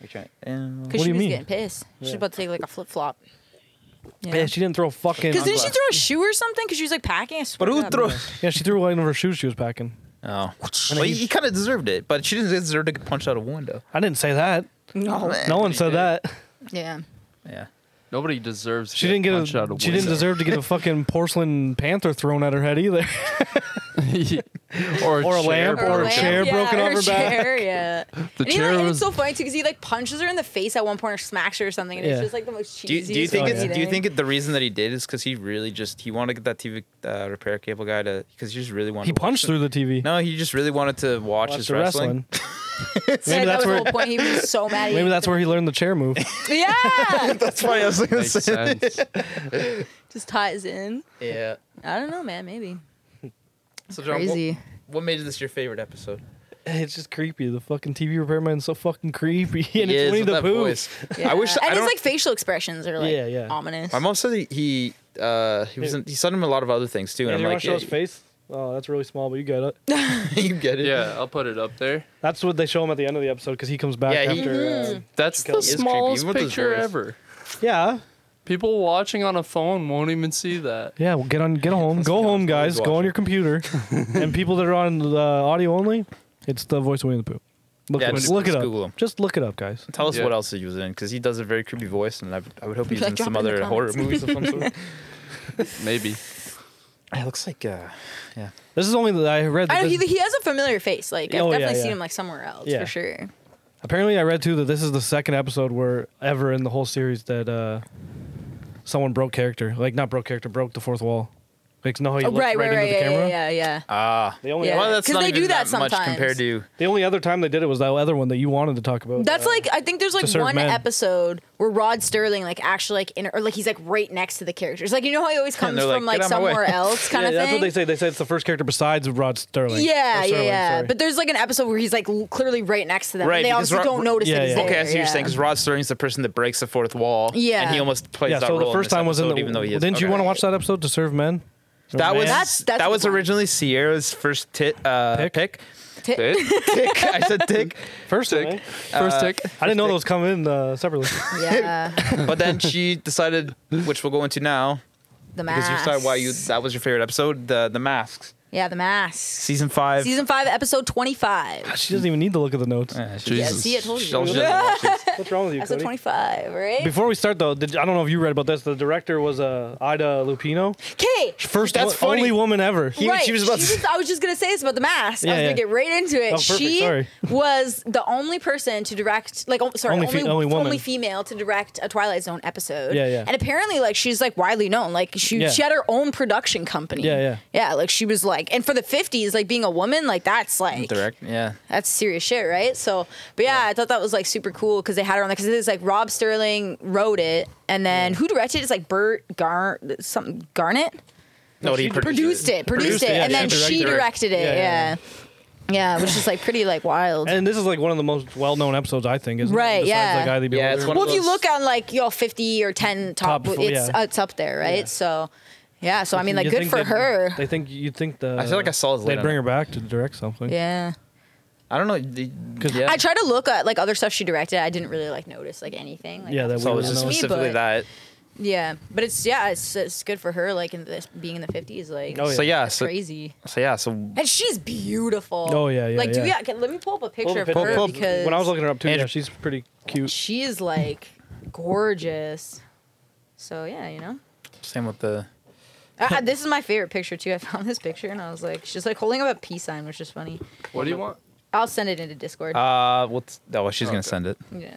We try- um,
Because
What do
she
you
was
mean?
getting pissed. She's
Yeah.
about to take like a flip flop.
Yeah, she didn't throw fucking.
Because didn't she
Uncle-
throw a shoe or something? Because she was like packing. I swear
But
to
who
God,
throw?
bro.
Yeah, she threw one of her shoes she was packing.
Oh, well, he,
he-
kind of deserved it, but she didn't deserve to get punched out of a window.
I didn't say that.
No,
No one said that.
Yeah.
Yeah,
Nobody deserves. to
She didn't get a.
punched out a
She didn't deserve to get a fucking porcelain panther thrown at her head either.
window. or a,
Or a
chair
lamp, or a
broken.
lamp,
chair
yeah,
broken
or
off her back.
chair, yeah. The
The
and, he, like,
chair
and it's
was.
so funny too because he like punches her in the face at one point or smacks her or something, and it's
Yeah.
just like the most cheesy.
do you, do you think
Oh,
it's,
yeah.
do you think it, the reason that he did is because he really just he wanted to get that TV uh, repair cable guy to because he just really wanted
He
to watch
punched
it.
through the TV.
No, he just really wanted to watch,
Watched
his
the
wrestling.
maybe
that
that's where-
was the whole point. He was so mad. he
Maybe
didn't
that's where he learned the chair move.
Yeah,
That's why I was gonna
Makes sense.
just ties in.
Yeah.
I don't know, man. Maybe
So John,
crazy.
What, what made this your favorite episode?
it's just creepy. The fucking TV repairman's so fucking creepy, and
He
it's
is
Winnie
with
the
that
Pooh.
voice.
Yeah.
I wish.
And
I
his
don't,
like facial expressions are like
Yeah, yeah.
ominous.
my mom said he he, uh, he was in, he sent him a lot of other things too,
Yeah,
and
do you
I'm
want
like,
to show his
yeah,
face? Oh, that's really small, but you get it.
you get it.
yeah, I'll put it up there.
That's what they show him at the end of the episode because he comes back
Yeah, he-
after. uh,
That's
She
the
is
creepy,
smallest
even with those
picture
hairs.
ever.
yeah,
People watching on a phone won't even see that.
yeah. Well, get on, get home, go home, guys. Go on your computer. and people that are on the audio only, it's the voice of Winnie the Pooh. Look,
Yeah,
it,
just-
look
just
it up.
Google him.
Just look it up, guys.
Tell us
Yeah.
what else he was in, because he does a very creepy voice, and I, I would hope he's
Like,
in
drop
some
it in the
other horror movies
comments.
of some sort.
Maybe.
It looks like, uh, yeah.
This is only that I read. That
I know he,
this-
he has a familiar face. Like I've
Oh, yeah,
definitely seen
yeah.
him like somewhere else
Yeah.
for sure.
apparently, I read too that this is the second episode where ever in the whole series that uh, someone broke character, like not broke character, broke the fourth wall. Like no, he
Oh,
looked
right,
right,
right,
into
right,
the
yeah,
camera.
yeah, yeah, yeah.
Ah.
The only
Yeah.
Well, that's
'Cause
not
they
even
do that
much
sometimes.
compared to.
the only other time they did it was that other one that you wanted to talk about.
That's
uh,
like I think there's like
serve
one
men.
episode where Rod Sterling like actually like in, or like he's like right next to the characters. Like you know how he always comes
they're
from
like,
like
"Get out of my way."
somewhere else kind
yeah,
of
that's
thing.
what they say. They say it's the first character besides Rod Sterling.
Yeah,
Or
yeah,
Sterling,
yeah.
sorry.
But there's like an episode where he's like l- clearly right next to them.
Right,
and they
because
obviously
Ro-
don't notice
Yeah,
that he's
yeah.
there.
Okay, I see what you're
yeah.
saying, because Rod Sterling's the person that breaks the fourth wall.
Yeah.
And he almost plays
yeah.
that
So
role.
the
in
first
this
time was in
episode,
the.
Even though he is,
didn't you
okay.
want to watch that episode to serve men?
That was
That's- that's
that
the
was
one.
originally Sierra's first tit uh,
Pick?
pick.
Tick.
Tick. I said tick,
first
Tick.
thing.
First tick.
I didn't know those come in uh, separately.
Yeah,
but then she decided, which we'll go into now,
the
because
mask.
you decided why you that was your favorite episode, the the masks,
Yeah, the mask.
season five.
Season five, episode twenty-five.
she doesn't even need to look at the notes.
Yeah, she-
Yeah,
Jesus.
see, I told
she- she
you.
doesn't watch these.
What's wrong with you,
Episode
Cody?
twenty-five, right?
Before we start though, did, I don't know if you read about this. The director was uh, Ida Lupino,
Okay.
first
That's
wo-
funny.
only woman ever.
He-
right.
she was about to-
just- I was just gonna say this about the mask.
Yeah,
I was
yeah.
gonna get right into it.
Oh, perfect,
She
sorry.
was the only person to direct, like, oh, sorry,
Only
only,
fe- only woman.
only female to direct a Twilight Zone episode.
Yeah, yeah.
And apparently, like, she's like widely known. Like, she
Yeah.
she had her own production company.
Yeah, yeah.
yeah. Like, she was like, and for the fifties, like being a woman, like that's like
Direct, yeah.
that's serious shit, right? So, but yeah, I thought that was like super cool because they had her on there because it's like Rob Sterling wrote it, and then who directed it? It's like Bert Gar something Garnet
No, he
she
produced,
produced it, produced, it,
yeah,
and
yeah,
then
direct-
she
direct.
directed it.
Yeah,
Yeah.
yeah,
yeah. Yeah, which is like pretty like wild.
And this is like one of the most well-known episodes, I think, isn't
Right,
it? Besides,
yeah.
Like, Eye of the
Yeah, it's
Beholder.
one
well,
of
if you
those-
look on like you know fifty or ten top,
Top four,
it's
yeah.
it's up there, right?
Yeah.
So, yeah. So I mean, like,
You
good
think
for
they'd-
her.
They think you'd think the.
I feel like I saw his
They'd
lid on
bring
it.
her back to direct something.
yeah.
I don't know. the- Yeah.
I tried to look at like other stuff she directed. I didn't really like notice like anything. Like,
Yeah, that
so it
we
was
wouldn't
just
know.
me,
specifically
but-
that.
yeah, but it's yeah, it's, it's good for her. Like in this being in the fifties, like
Oh, yeah.
So yeah,
that's
so,
crazy.
so yeah, so
And she's beautiful.
Oh, yeah, yeah,
Like, do
yeah.
yeah. Can, let me pull up a picture
Pull
of
the
her
picture. Pull-
because
when I was looking her up too, yeah,
Andrew-
she's pretty cute.
she is like gorgeous. So yeah, you know.
same with the
I, I- this is my favorite picture too. I found this picture and I was like, she's like holding up a peace sign, which is funny.
What do you want?
I'll send it into Discord.
uh what's oh she's gonna
Okay.
send it.
yeah,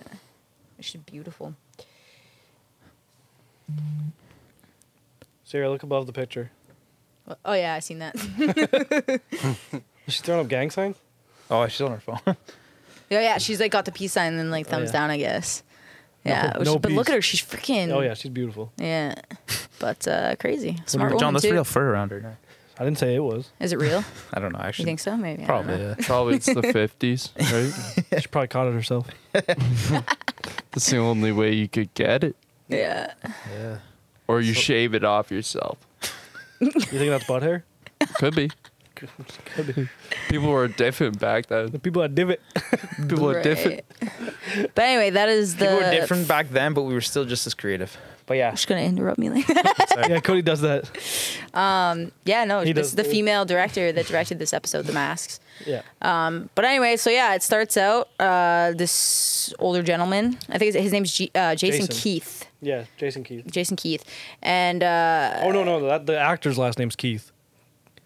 she's beautiful.
Sarah, look above the picture.
Oh yeah, I seen that.
She's throwing up gang sign.
Oh, she's on her phone.
yeah, yeah, she's like got the peace sign and then like
Oh,
thumbs
yeah.
down, I guess. Yeah,
No-
which-
no
but look
peace.
at her, she's freaking.
Oh yeah, she's beautiful.
Yeah, but uh, crazy smart
John,
woman
that's
too.
real fur around her. neck.
I didn't say it was.
Is it real?
I don't know.
You
Actually,
think so? Maybe. I don't
probably. uh,
know.
Yeah.
Probably it's the 50s, right?
She probably caught it herself.
That's the only way you could get it.
Yeah.
yeah.
Or you shave it off yourself.
You think that's butt hair?
Could be.
Could be.
People were different back
The
then.
people at Divot.
People are different.
Right. But anyway, that is the.
People were different back then, but we were still just as creative. But yeah,
She's gonna interrupt me like that.
yeah, Cody does that.
Yeah, no,
He
this
does
is the
too.
female director that directed this episode, The Masks. Um,
Yeah.
But anyway, so yeah, it starts out uh, this older gentleman. I think his- his name's G- uh, Jason,
Jason.
Keith.
Yeah, Jason Keith.
Jason Keith, and uh,
Oh no, no, that the actor's last name's Keith.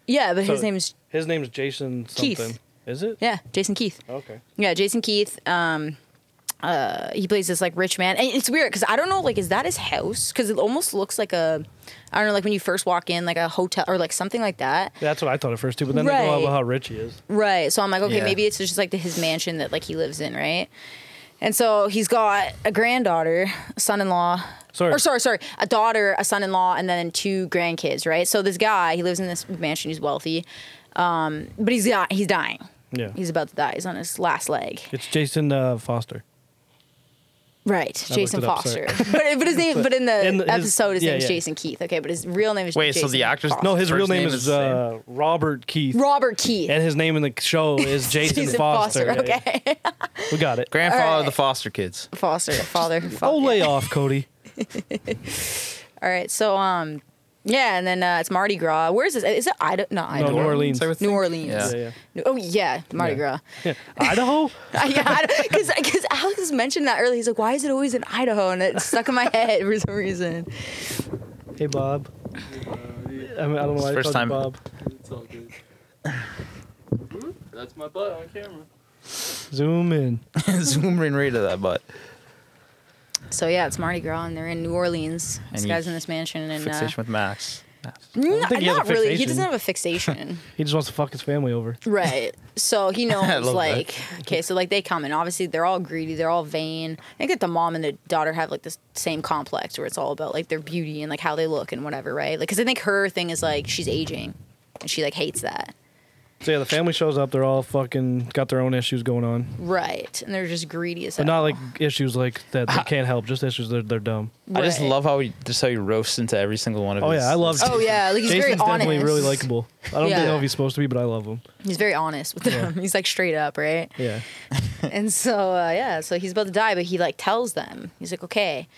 yeah, but his
So-
name's
His name's Jason something.
Keith.
Is it?
yeah, Jason Keith.
Okay.
Yeah, Jason Keith. Um, uh, he plays this like rich man, and it's weird because I don't know, like, is that his house? Because it almost looks like a, I don't know, like when you first walk in, like a hotel or like something like that.
That's what I thought at first too, but then they go
Right.
on about how rich he is.
Right. So I'm like, okay,
Yeah.
maybe it's just like the, his mansion that like he lives in, right? And so he's got a granddaughter, a son-in-law,
Sorry.
or sorry, sorry, a daughter, a son-in-law, and then two grandkids, right? So this guy, he lives in this mansion, he's wealthy, um, but he's di- he's dying.
Yeah.
He's about to die. He's on his last leg.
it's Jason uh, Foster.
Right,
I
Jason
looked it
Foster.
up,
but but his name, but in the
In the- his-
episode, his
yeah,
name's
yeah.
Jason Keith. Okay, but his real name is
Wait, so
Jason
the actor's-
Foster.
No, his
First
real name,
name
is
is the
uh, Robert Keith.
Robert Keith.
and his name in the show is Jason, Foster. Yeah,
Okay,
yeah. We got it.
grandfather
All
of the
right.
foster kids.
Foster, father.
Oh,
father.
lay off, Cody.
All right, so um, yeah, and then uh, it's Mardi Gras. Where is this? Is it Idaho? No, Idaho.
No, New Orleans.
Same with-
New Orleans.
Yeah.
Yeah,
Oh yeah, Mardi
Yeah.
Gras.
yeah. Idaho?
yeah, because because Alex mentioned that earlier. He's like, why is it always in Idaho? And it stuck in my head for some reason.
Hey, Bob. I, mean, I don't know why I
First
called you
time-
Bob.
It's all good. That's my butt on camera.
Zoom in.
Zoom in right to that butt.
So yeah, it's Mardi Gras, and they're in New Orleans.
And
This
you-
guy's in this mansion, and uh,
Fixation with Max. Max.
n-
think he has a
not really. He
fixation.
doesn't have a fixation.
He just wants to fuck his family over.
Right. So he
I
knows
love that.
like okay, so like they come and obviously they're all greedy, they're all vain. I think that the mom and the daughter have like this same complex where it's all about like their beauty and like how they look and whatever, right? Like cuz I think her thing is like she's aging and she like hates that.
So, yeah, the family shows up. They're all fucking got their own issues going on.
Right. And they're just greedy as
But
hell.
not like issues like that they can't help, just issues they're, they're dumb.
I just
Right.
love how he just how he roasts into every single one of
Oh,
his.
yeah, I love
Oh yeah, like he's
Jason's
very honest.
definitely really likable. I don't
Yeah.
know if he's supposed to be, but I love him.
He's very honest with them. He's like straight up, right?
Yeah.
And so uh, yeah, so he's about to die, but he like tells them. He's like, "Okay."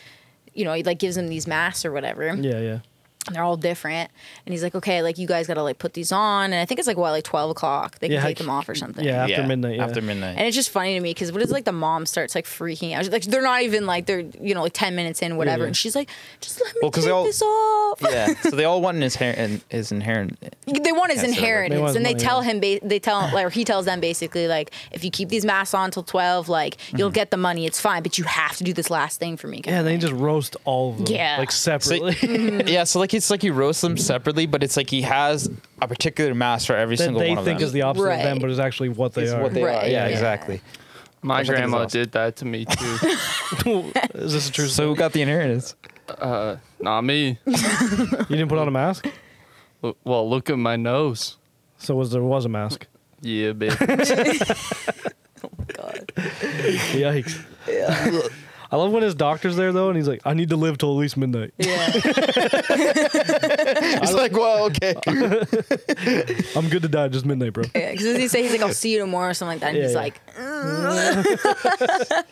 You know, he like gives them these masks or whatever.
Yeah, yeah.
and they're all different. And he's like, okay, like you guys gotta like put these on. And I think it's like what, like twelve o'clock. They can
Yeah,
take
I-
them off or something.
Yeah, after
Yeah,
midnight. Yeah.
After midnight.
And it's just funny to me because what is like the mom starts like freaking out. She's Like they're not even like they're you know like ten minutes in whatever,
yeah.
and she's like, just let me
Well, 'cause
take
they all-
this off.
yeah. So they all want his hair and his inherent.
They want
Yeah, so, like,
his
they
inheritance,
want his
and they
money,
tell
yeah.
him. Ba- they tell like or he tells them basically like if you keep these masks on till twelve, like you'll get the money. It's fine, but you have to do this last thing for me. kind
Mm-hmm. Yeah,
of
and they
thing.
just roast all of them.
Yeah.
Like
So,
separately.
yeah. So like it's like he roasts them separately, but it's like he has a particular mask for every
that
single
they
one of
think
them.
is the opposite of them,
Right.
but is actually what they
It's
are.
what they
Right,
are. Yeah,
yeah.
exactly.
My
Which I think is
grandma
awesome.
did that to me too.
is this a true
So
story?
we got the inheritance.
uh, not me.
you didn't put on a mask?
L- well, look at my nose.
So was there was a mask?
Yeah, baby.
"Oh God.
Yikes. I love when his doctor's there though, and he's like, "I need to live till at least midnight."
Yeah.
It's like, well, okay.
I'm good to die just midnight, bro.
Yeah. Because he say he's like, I'll see you tomorrow or something like that. And
Yeah,
he's
yeah.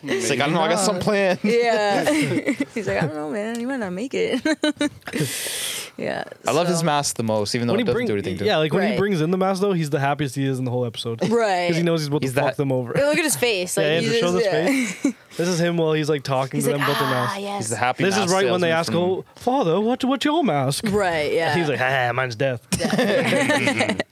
like,
It's like, I don't know. I got some plan.
yeah. he's like, I don't know, man. You might not make it. yeah.
I love his
so-
mask the most, even though it doesn't
bring-
do anything to
yeah,
him.
like when he
Right.
brings in the mask though, he's the happiest he is in the whole episode.
Right.
Because he knows he's about
He's
to fuck
that-
them over.
Yeah, Look at his face. Like,
yeah,
he
Andrew, show this
just- yeah.
face. This is him while he's like talking
He's
to
like,
them about their
ah,
mask.
yes.
He's the happy
This is
mask
right when they
salesman
ask,
from-
"Oh, father, what what's your mask?"
Right. Yeah.
He's like, "Ah, mine's death."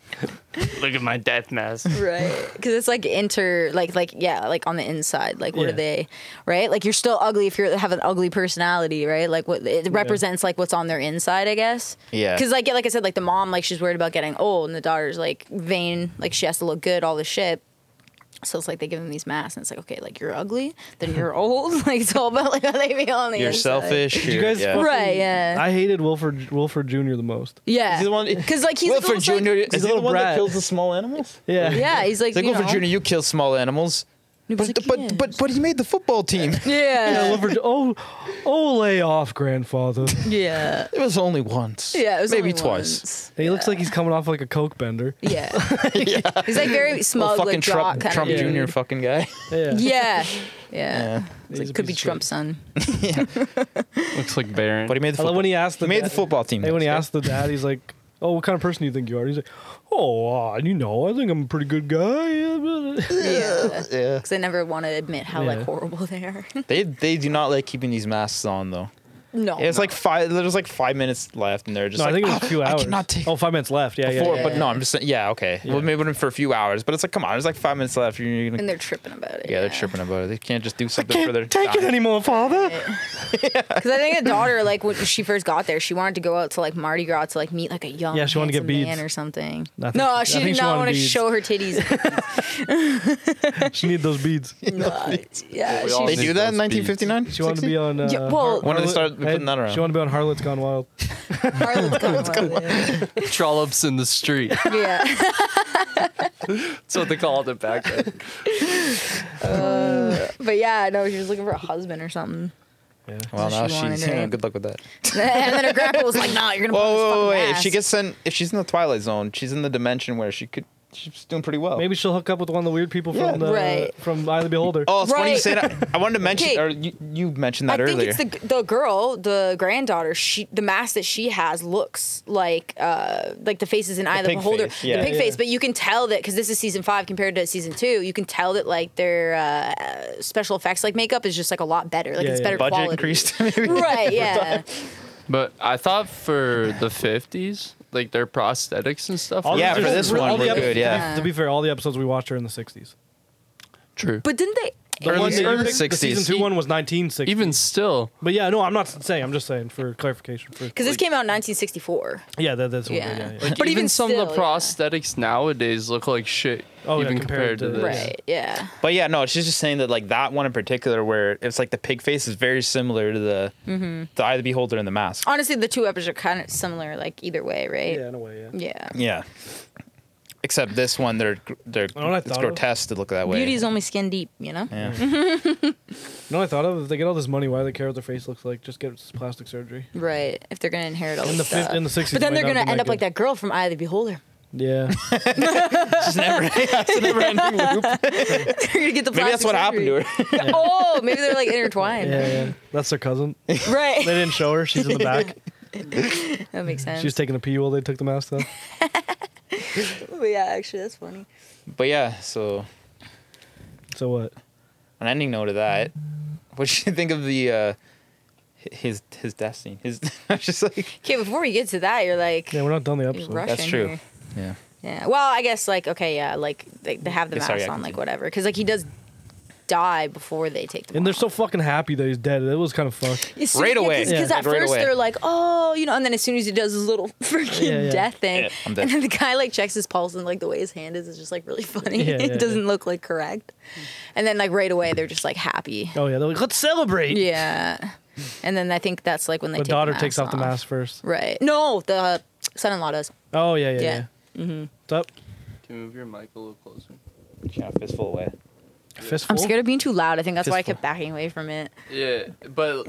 Look at my death mask.
right because it's like inter like like yeah like on the inside like what
Yeah.
are they right like you're still ugly if you have an ugly personality right like what it represents like what's on their inside i guess
Yeah.
because like yeah, like i said like the mom like she's worried about getting old and the daughter's like vain like she has to look good all this shit so it's like they give them these masks and it's like okay like you're ugly then you're old like it's all about like how they feel on the
You're
inside.
selfish.
Did you
you're-
guys
yeah.
fucking-
right yeah
I hated Wilford Wilford Jr. the most.
yeah
Is he the one?
because like he's
Wilford
almost, like-
Jr. is
a
he the
little
one
brat.
that kills the small animals?
Yeah.
yeah he's like,
It's like
you
Wilford
know.
Jr. You kill small animals.
No,
But,
but it's like,
but, but but he made the football team.
Yeah,
yeah
Wilford. Oh, oh, lay off, grandfather.
yeah
It was only once.
Yeah, it was
maybe
only
twice.
once.
He looks like he's coming off like a coke bender.
Yeah. he's like very
Little
smug,
fucking
like
Trump,
jock kind
Trump
of.
dude.
Jr. fucking guy.
Yeah.
Yeah, yeah.
Yeah.
It's
He's a
like, could be
piece of
Trump's son.
Looks like Baron.
But he made the
I love
football.
when he asked the
made the
dad-
football team.
And when he
that's
asked the dad, he's like, "Oh, what kind of person do you think you are?" He's like, "Oh, uh, you know, I think I'm a pretty good guy."
Yeah,
it. yeah.
because I never want to admit how
Yeah.
like horrible they are.
They they do not like keeping these masks on though.
Oh, no,
It's like five. There's like five minutes left, and they're just
no, I
like,
think it was a few
"Ah,
hours.
I cannot take
oh, five minutes left. Yeah, yeah.
four.
yeah.
But no, I'm just saying. Yeah, okay.
Yeah.
Well, maybe it for a few hours, but it's like, come on, there's like five minutes left. You're, you're gonna.
and they're tripping about it.
yeah, they're tripping about it. They can't just do
I
something for their.
can't take it anymore, father.
Because I think the daughter, like when she first got there, she wanted to go out to like Mardi Gras to like meet like a young
Yeah, she wanted to get
handsome
beads.
man or something.
I think she- I
no, she
think
did
she
not
wanted
want to
beads.
show her titties.
she need those beads.
No, yeah,
We all
she,
They do that in
Those beads.
1959.
She wanted to be on. Uh,
Yeah, well-
When did they start
Harlot-
putting that around?
She wanted to be on Harlot's Gone Wild.
Harlan's gone wild,
Trollops in the street.
Yeah. Yeah.
That's what they called it back then.
Uh, but yeah, no, she was looking for a husband or something.
Yeah.
Well,
She
now
wanted
she's
it.
yeah, good luck with that.
and then her grandpa was like, "No, you're gonna."
Whoa,
blow this
whoa,
fucking
wait! If
mask.
she gets sent, if she's in the Twilight Zone, she's in the dimension where she could. She's doing pretty well.
Maybe she'll hook up with one of the weird people
Yeah.
from the
Right.
from Eye of the Beholder.
Oh, it's funny you
Right.
say that. I wanted to mention,
Okay.
or you, you mentioned
I
that
think
earlier.
it's the the girl, the granddaughter. She the mask that she has looks like uh like the faces in Eye of the
pig
Beholder,
face, yeah.
the pig
Yeah.
face. But you can tell that because this is season five compared to season two. You can tell that like their uh, special effects, like makeup, is just like a lot better. Like
Yeah,
it's
yeah.
better
budget
quality.
increased. Maybe.
Right? Yeah.
But I thought for the 50s, like their prosthetics and stuff.
All
were
Yeah,
these
for
are-
this
all
one,
the
we're
epi-
good, yeah.
To be fair, all the episodes we watched are in the 60s.
true. But
but didn't they?
The
Early-
one that you
early
picked- the
60s.
season two one was 1960.
even still,
But yeah, no, I'm not saying. I'm just saying for clarification. For
Because this came out in 1964.
yeah, that, that's what
Yeah.
yeah, yeah.
like, even,
But even
some of
still,
the
yeah.
prosthetics nowadays look like shit.
Oh, yeah,
even
compared to-
compared, to, this.
Right. Yeah.
But yeah, no, she's just saying that like that one in particular, where it's like the pig face is very similar to the the Eye of the Beholder and the mask.
Honestly, the two episodes Mm-hmm. are kind of similar, like either way, right?
Yeah, in a way, yeah.
Yeah.
Yeah. Except this one, they're they're
You know what I
it's
thought of?
grotesque to look that way.
Beauty's only skin deep, you know.
yeah.
You know what I thought of? If they get all this money, why do they care what their face looks like? Just get plastic surgery.
Right. If they're gonna inherit all
In
this
the fif-
stuff.
in the 60s,
But then
it
they're
might not
gonna
be
end
that
up like
good.
that girl from Eye of the Beholder.
Yeah.
it's just never, it's a never ending loop.
they're gonna get the
Maybe that's what happened to her.
her. oh, maybe they're like
yeah,
intertwined.
yeah. That's their cousin. They
Right.
didn't show her. She's in the back.
that makes sense.
She was taking a pee while they took the mask off.
But yeah, actually, that's funny.
But yeah, so
So what?
an ending note of that. What did you think of the uh hi- his his death scene? His I was just like
Okay, before we get to that, you're like,
Yeah, we're not done the
you're
episode.
rushing.
That's true.
here.
Yeah.
Yeah. Well, I guess like okay, yeah, like they, they have the
Yeah,
mask
sorry, I
on, like
continue.
whatever, because like he does die before they take the.
And they're so fucking happy that he's dead. That was kind of fucked.
Right away.
Because
Yeah.
at
Like, right
first
away.
they're like, oh, you know, and then as soon as he does his little freaking
Yeah, yeah.
death thing,
Yeah, I'm dead.
and then the guy like checks his pulse and like the way his hand is is just like really funny.
Yeah, yeah,
it doesn't look like correct. And then like right away they're just like happy.
Oh yeah, they're like, let's celebrate.
Yeah. And then I think that's like when they
The
take
daughter
the
takes off the mask first.
Right. No, the son-in-law does.
Oh yeah, yeah, yeah.
Yeah. Mm-hmm.
What's up?
Can you move your mic a little closer?
Yeah, fistful away.
Fistful.
I'm scared of being too loud. I think that's why I
Fistful.
kept backing away from it.
Yeah, but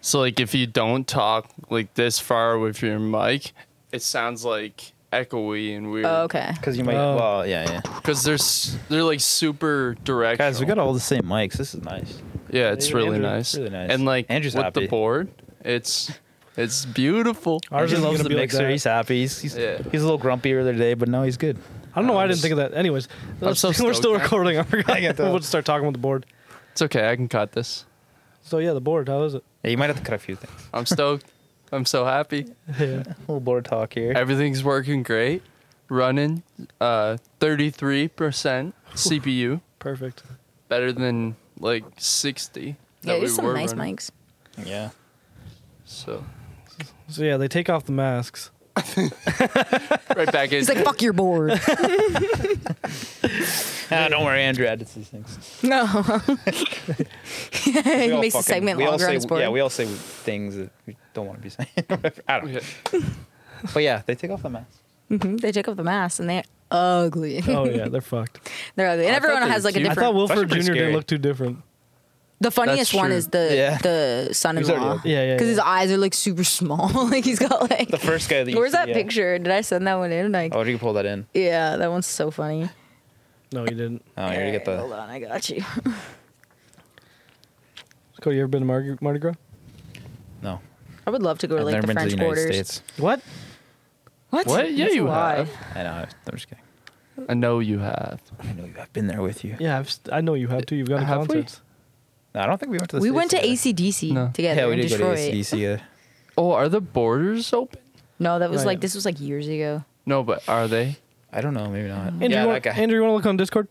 so like if you don't talk like this far with your mic, it sounds like echoey and weird.
Oh, okay.
Because you might.
Oh.
Well, yeah, yeah.
Because they're s- they're like super direct.
Guys, we got all the same mics. This is nice.
Yeah, it's
Andrew-
really
Andrew-
nice.
really nice.
And like
Andrew's
with
happy.
the board, it's it's beautiful.
Ours
Andrew
isn't
loves
gonna
the
be like
mixer.
that.
he's happy. He's, he's,
Yeah.
he's a little grumpy earlier today, but now he's good.
I don't know why I
I'm
didn't
s-
think of that. Anyways, let's-
so
we're still
stoked.
recording. I forgot.
can't tell.
we'll just start talking about the board.
It's okay. I can cut this.
So yeah, the board. How is it?
Yeah, you might have to cut a few things.
I'm stoked. I'm so happy.
Yeah.
A little board talk here.
Everything's working great. Running uh 33% CPU,
Perfect.
better than like 60.
Yeah,
that
there's
we
some
were
nice
running.
mics.
yeah.
So
So yeah, they take off the masks.
right back in.
He's like, fuck your board.
Ah, don't worry, Andrew edits these things.
no.
We
he
all
makes the
fucking-
segment
we all
longer
say-
on his board.
Yeah, we all say things that we don't want to be saying. I don't know.
Yeah.
But yeah, they take off the mask.
Mhm, They take off the mask and they're ugly.
Oh yeah, they're fucked.
they're ugly. And
I thought
everyone
they
has
were
like a
cute.
I
different.
thought
That's
Wilford
pretty
Jr. didn't
scary.
look too different.
The funniest
That's
one
true.
is the
Yeah.
the son-in-law.
ugly.
Yeah, yeah,
Because his
yeah.
eyes are like super small. like he's got like.
The first guy that you
Where's
see,
that
yeah.
picture? Did I send that one in? Like,
Oh, you can pull that in.
yeah, that one's so funny.
No, you didn't.
Oh, you already get
Alright, Hold
the.
on, I got you.
Cody, you ever been to Mardi, Mardi Gras?
No.
I would love to go to
I've
like
never
the
been to
French
the United
quarters.
States.
What?
What?
What? Yeah,
That's a
you
lie.
have.
I know. I- I'm just kidding.
I know you have.
I know you. I've been there with you.
Yeah, I've, st- I know you have too. You've gone to
Have we?
concerts.
No, I don't think we went to the.
We
States
went to
together.
ACDC
No.
together
Yeah, we
in
did go
Detroit.
to ACDC. Yeah.
Oh, are the borders open?
No, that was
Right.
like this was like years ago.
No, but are they?
I don't know. Maybe not.
Andrew,
yeah,
you
that
want,
guy.
Andrew, you want to look on Discord?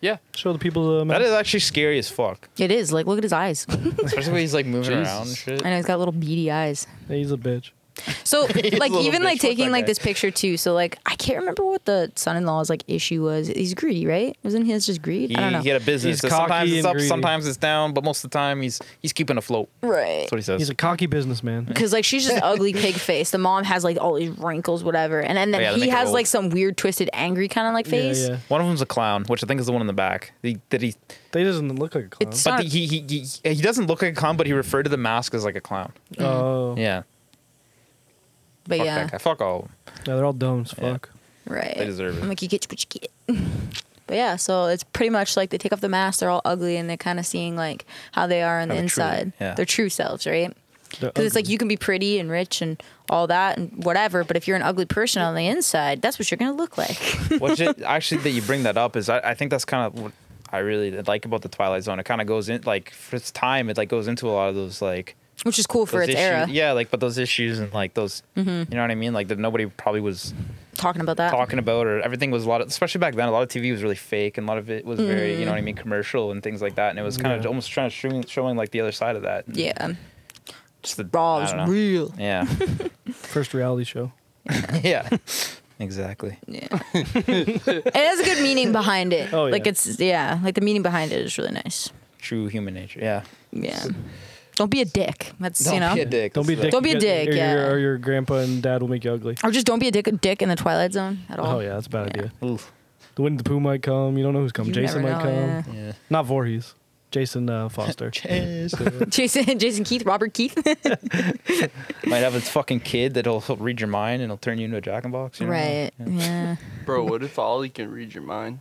Yeah.
Show the people the map.
that is actually scary as fuck.
It is like look at his eyes. I
Especially when he's like moving around and
Jesus.
shit.
know he's got little beady eyes.
He's a bitch.
So like
little
even
bitch,
like
fuck
taking
that
like
guy.
this picture too. So like I can't remember what the son-in-law's like issue was. He's greedy, right? Wasn't his just greed?
He,
I don't
he
know.
had a business.
He's
so
cocky
sometimes it's
and
up,
greedy.
sometimes it's down, but most of the time he's he's keeping afloat.
Right.
That's what he says.
He's a cocky businessman.
Cause like she's just ugly pig face. The mom has like all these wrinkles, whatever, and, and then
Oh, yeah, they
he
make her
has
old.
like some weird twisted angry kind of like face.
Yeah, yeah.
one of them's a clown, which I think is the one in the back. He, that he,
They doesn't look like a clown.
It's-
but
not-
the, he, he he he doesn't look like a clown, but he referred to the mask as like a clown.
oh, yeah.
Yeah,
But
fuck
yeah,
that guy. Fuck all. of 'em.
they're all dumb as
Yeah.
fuck.
right.
They deserve it.
I'm like, you get what you get. But yeah, so it's pretty much like they take off the mask, they're all ugly, and they're kind of seeing like how they are on the
How they're true,
inside.
yeah.
Their true selves, right?
They're
Because it's like
ugly.
you can be pretty and rich and all that and whatever, but if you're an ugly person on the inside, that's what you're gonna look like.
Which it, actually that you bring that up is I, I think that's kind of what I really like about the Twilight Zone. It kind of goes in like for its time. It like goes into a lot of those like
Which is cool for
those
its
issues.
era. Mm-hmm.
Yeah, like but those issues and like those, you know what I mean? Like that nobody probably was
Talking about that.
talking about or everything was a lot of especially back then a lot of tv was really fake and a lot of it was very you know what
Mm.
i mean commercial and things like that and it was kind of
Yeah.
almost trying to showing, showing like the other side of that and
Yeah.
just the
Raw
I
is
don't know.
real.
yeah
First reality show.
yeah exactly
Yeah. it has a good meaning behind it.
Oh,
Like
yeah.
it's yeah, like the meaning behind it is really nice.
true human nature yeah
Yeah. Don't be a dick. That's you know.
dick
Don't be a dick.
Don't be a
because-
dick,
Or, your-
yeah.
or your grandpa and dad will make you ugly.
Or just don't be a dick a dick in the Twilight Zone at all.
Oh yeah, that's a bad
Yeah.
idea.
Oof.
The wind the poo might come. You don't know who's coming.
You
Jason
never
might come.
know, yeah.
yeah
Not Voorhees. Jason uh, Foster.
Jason Jason Keith, Robert Keith.
might have this fucking kid that'll he'll read your mind and he'll turn you into a jack in box you know?
right. Yeah.
Bro, what if Ollie can read your mind?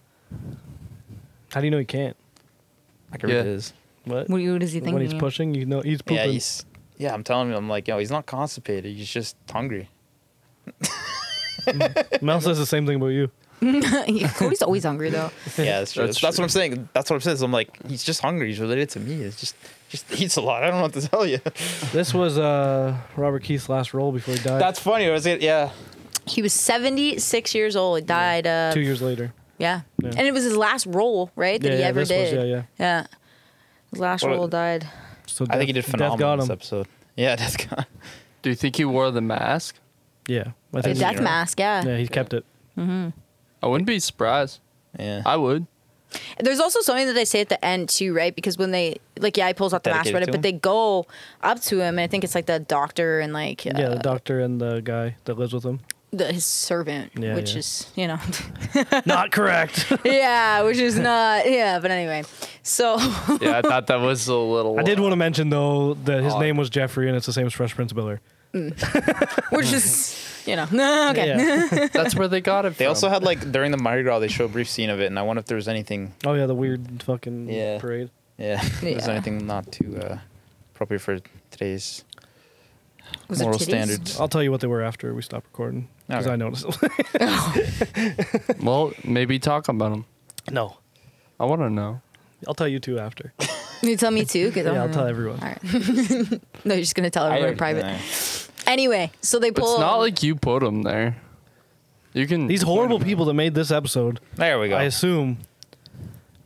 How do you know he can't?
i can read
Yeah.
his
What?
What, what is he thinking?
When he's pushing, you know he's pooping.
yeah he's yeah i'm telling you i'm like yo he's not constipated he's just hungry
Mel says the same thing about you.
Cody's always hungry though.
Yeah, that's true. That's,
That's
what I'm saying. That's what I'm saying. is I'm like, he's just hungry. He's related to me. It's just, just eats a lot. I don't know what to tell you.
This was uh, Robert Keith's last role before he died.
That's funny. Was it? Yeah.
He was 76 years old. He died. Uh,
two years later.
yeah.
Yeah.
And it was his last role, right? That
Yeah,
he
yeah,
ever
this was-
did.
yeah, yeah.
yeah. His last
What-
role died.
So
I think he did
Death- Death
phenomenal
got
in this
him.
episode. Yeah, that's gone.
Do you think he wore the mask?
Yeah, I
The
think.
death
Death
mask,
mask,
yeah.
Yeah, he kept it.
I wouldn't be surprised.
Yeah.
I would.
There's also something that they say at the end too, right? Because when they like, yeah, he pulls out the mask,
Dedicated
right?
to
But
him?
they go up to him, and I think it's like the doctor and like, uh,
Yeah, the doctor and the guy that lives with him.
the, his servant,
Yeah,
which
yeah.
is you know,
Not correct.
yeah, which is not yeah. But anyway, so
yeah, I thought that was a little.
I did want to mention though that his
Oh,
Odd.
name was Jeffrey, and it's the same as Fresh Prince of Bel Air.
which is you know, no, okay.
Yeah.
to. That's where they got it.
They
from.
also had like during the Mardi Gras, they show a brief scene of it, and I wonder if there was anything.
oh yeah, the weird fucking
Yeah.
parade.
Yeah, if there's
Yeah.
anything not too uh, appropriate for today's
Was it
moral
titties?
standards.
I'll tell you what they were after we stopped recording because
Okay.
I noticed.
Well, maybe talk about them.
no,
I want to know.
I'll tell you two after.
You tell me too, because
Yeah, I'll tell everyone.
All right. no, you're just gonna tell everyone in private.
Yeah.
Anyway, so they pull.
It's not like you put them there. You can.
These horrible people that made this episode,
There we go.
I assume,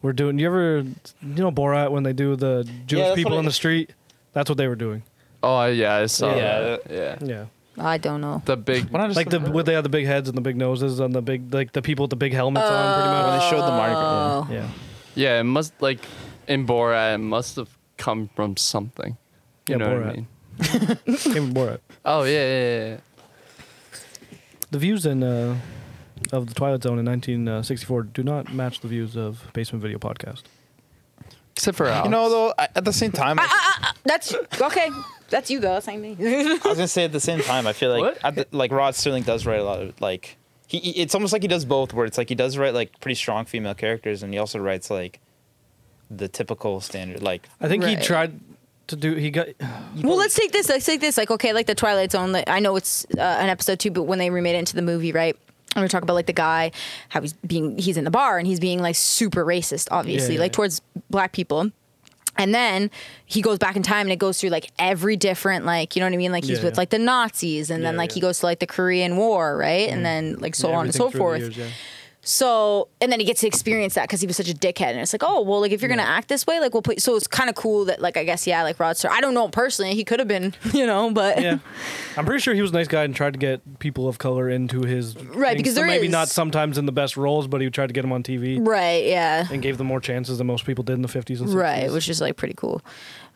were doing. You ever, you know, Borat when they do the Jewish
that's
people
what
on
I-
the street? That's what they were doing.
Oh I- yeah, I saw
Yeah.
that. Yeah.
Yeah,
I don't know.
The big.
Why not just
like the
look-
what they had the big heads and the big noses and the big like the people with the big helmets on, pretty much.
when they showed the Mardi
Oh.
Gras.
Yeah,
Yeah, it must like in Borat. It must have come from something.
Yeah,
You know what I
Borat.
mean?
came from Borat.
Oh yeah, yeah, yeah, yeah.
The views in uh, of the Twilight Zone in 1964 do not match the views of Basement Video Podcast.
Except for
Oh.
yeah.
Alex.
You know, though, I, at the same time, I,
That's okay. That's you though. That's not me.
I was gonna say at the same time, I feel like
What?
at the, like Rod Sterling does write a lot of like he. he- It's almost like he does both, where it's like he does write like pretty strong female characters, and he also writes like the typical standard, like
I think he
Right.
tried to do. He got.
well, let's take this. Let's take this. Like, okay, like the Twilight Zone. Like, I know it's uh, an episode two, but when they remade it into the movie, right? And we talk about like the guy, how he's being, he's in the bar and he's being like super racist, obviously,
yeah,
like
yeah.
towards black people. And then he goes back in time and it goes through like every different, like, you know what I mean? Like, he's
Yeah,
with
yeah.
like the Nazis and then
Yeah,
like
yeah. Mm-hmm.
he goes to like the Korean War, right? And then like so on and
everything
so
through the
forth.
years, yeah.
So, and then he gets to experience that because he was such a dickhead. And it's like, oh, well, like if you're going to act this way, like we'll put, so it's kind of cool that, like, I guess, yeah, like Rod Stern, I don't know him personally. He could have been, you know, but
yeah, I'm pretty sure he was a nice guy and tried to get people of color into his
Right, because
so
there
maybe
is-
not sometimes in the best roles, but he tried to get them on TV
right. Yeah.
and gave them more chances than most people did in the 50s and 60s.
Right. Which is like pretty cool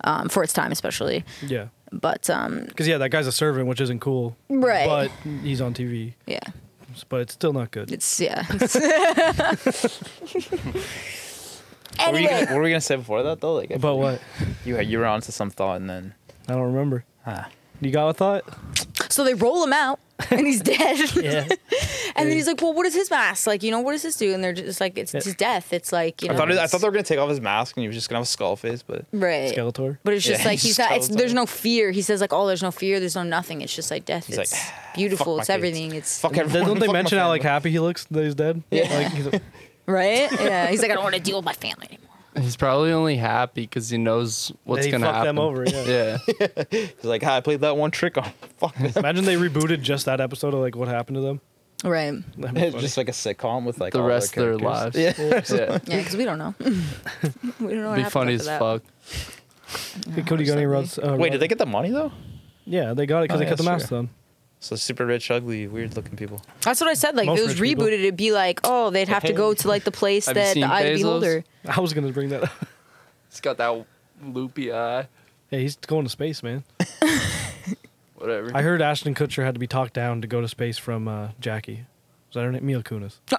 um, for its time, especially.
yeah,
But, um,
because yeah, that guy's a servant, which isn't cool.
Right.
but he's on TV,
yeah.
but it's still not good.
It's, yeah.
What were, you gonna,
anyway.
what were we gonna say before that though? Like, I
About what?
you you were onto some thought, and then
I don't remember.
ah,
You got a thought?
So they roll him out and he's dead.
Yeah.
and then he's like, well, what is his mask? Like, you know, what does this do? And they're just like, it's
Yeah.
his death. It's like, you
I
know.
thought it, I thought
it's-
they were gonna take off his mask, and he was just gonna have a skull face, but
Right.
Skeletor.
But it's just
Yeah,
like
he's
he's not. It's,
skeletal.
there's no fear. He says like, "Oh, there's no fear. There's no nothing. It's just like "Ah, death.
He's like,
it's beautiful.
my
It's
kids.
everything. It's
fuck everyone.
Don't they
fuck my
mention how like
family.
happy he looks that he's dead? Yeah. Like, he's like,
right. Yeah. He's like, I don't want to deal with my family anymore.
He's probably only happy because he knows what's
They
gonna
fucked
happen.
them over, yeah.
yeah.
He's like, "Ah, I played that one trick on. Fuck this.
imagine they rebooted just that episode of like what happened to them.
Right.
That'd be
It's
funny.
just like a sitcom with like
the
all
rest of their
characters.
lives.
Yeah.
yeah.
Yeah, because we don't know. we don't know. What
Be
happens
funny
after
as
that.
fuck.
Hey, Cody got any rods? Uh,
Wait, did
Rod-
they get the money though?
Yeah, they got it because
Oh,
they
yeah,
cut the
sure.
mask down.
So super rich, ugly, weird looking people.
That's what I said. Like, if
Most
it was
rich people.
rebooted, it'd be like, oh, they'd have to go to like the place
Have you
that
seen
the eye of the
Bezos?
beholder.
I was gonna bring that up.
It's got that loopy eye.
Hey, he's going to space, man.
Whatever.
I heard Ashton Kutcher had to be talked down to go to space from uh, Jackie. Was that her name? Mila Kunis.
I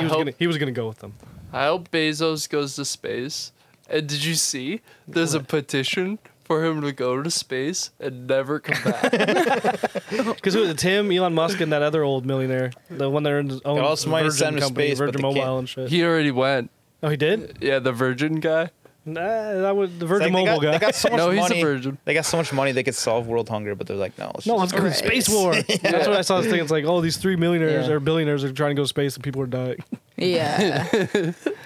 He was,
hope-
gonna, he was gonna go with them.
I hope Bezos goes to space. And did you see? There's a petition for him to go to space and never come back.
Because it's him, Elon Musk, and that other old millionaire, the one that owns own
all somebody
Virgin
sent him to
company,
space, but
Virgin
they
Mobile,
can't.
and shit.
he already went.
oh, he did.
Yeah, the Virgin guy.
Nah, that was the Virgin
It's like
Mobile
they got,
guy.
They got so much
No, he's a
money.
virgin.
They got so much money they could solve world hunger, but they're like, no, let's
No, let's
just
go to
Right.
space war. That's what I saw this thing. It's like, oh, these three millionaires
Yeah.
or billionaires are trying to go to space and people are dying.
Yeah.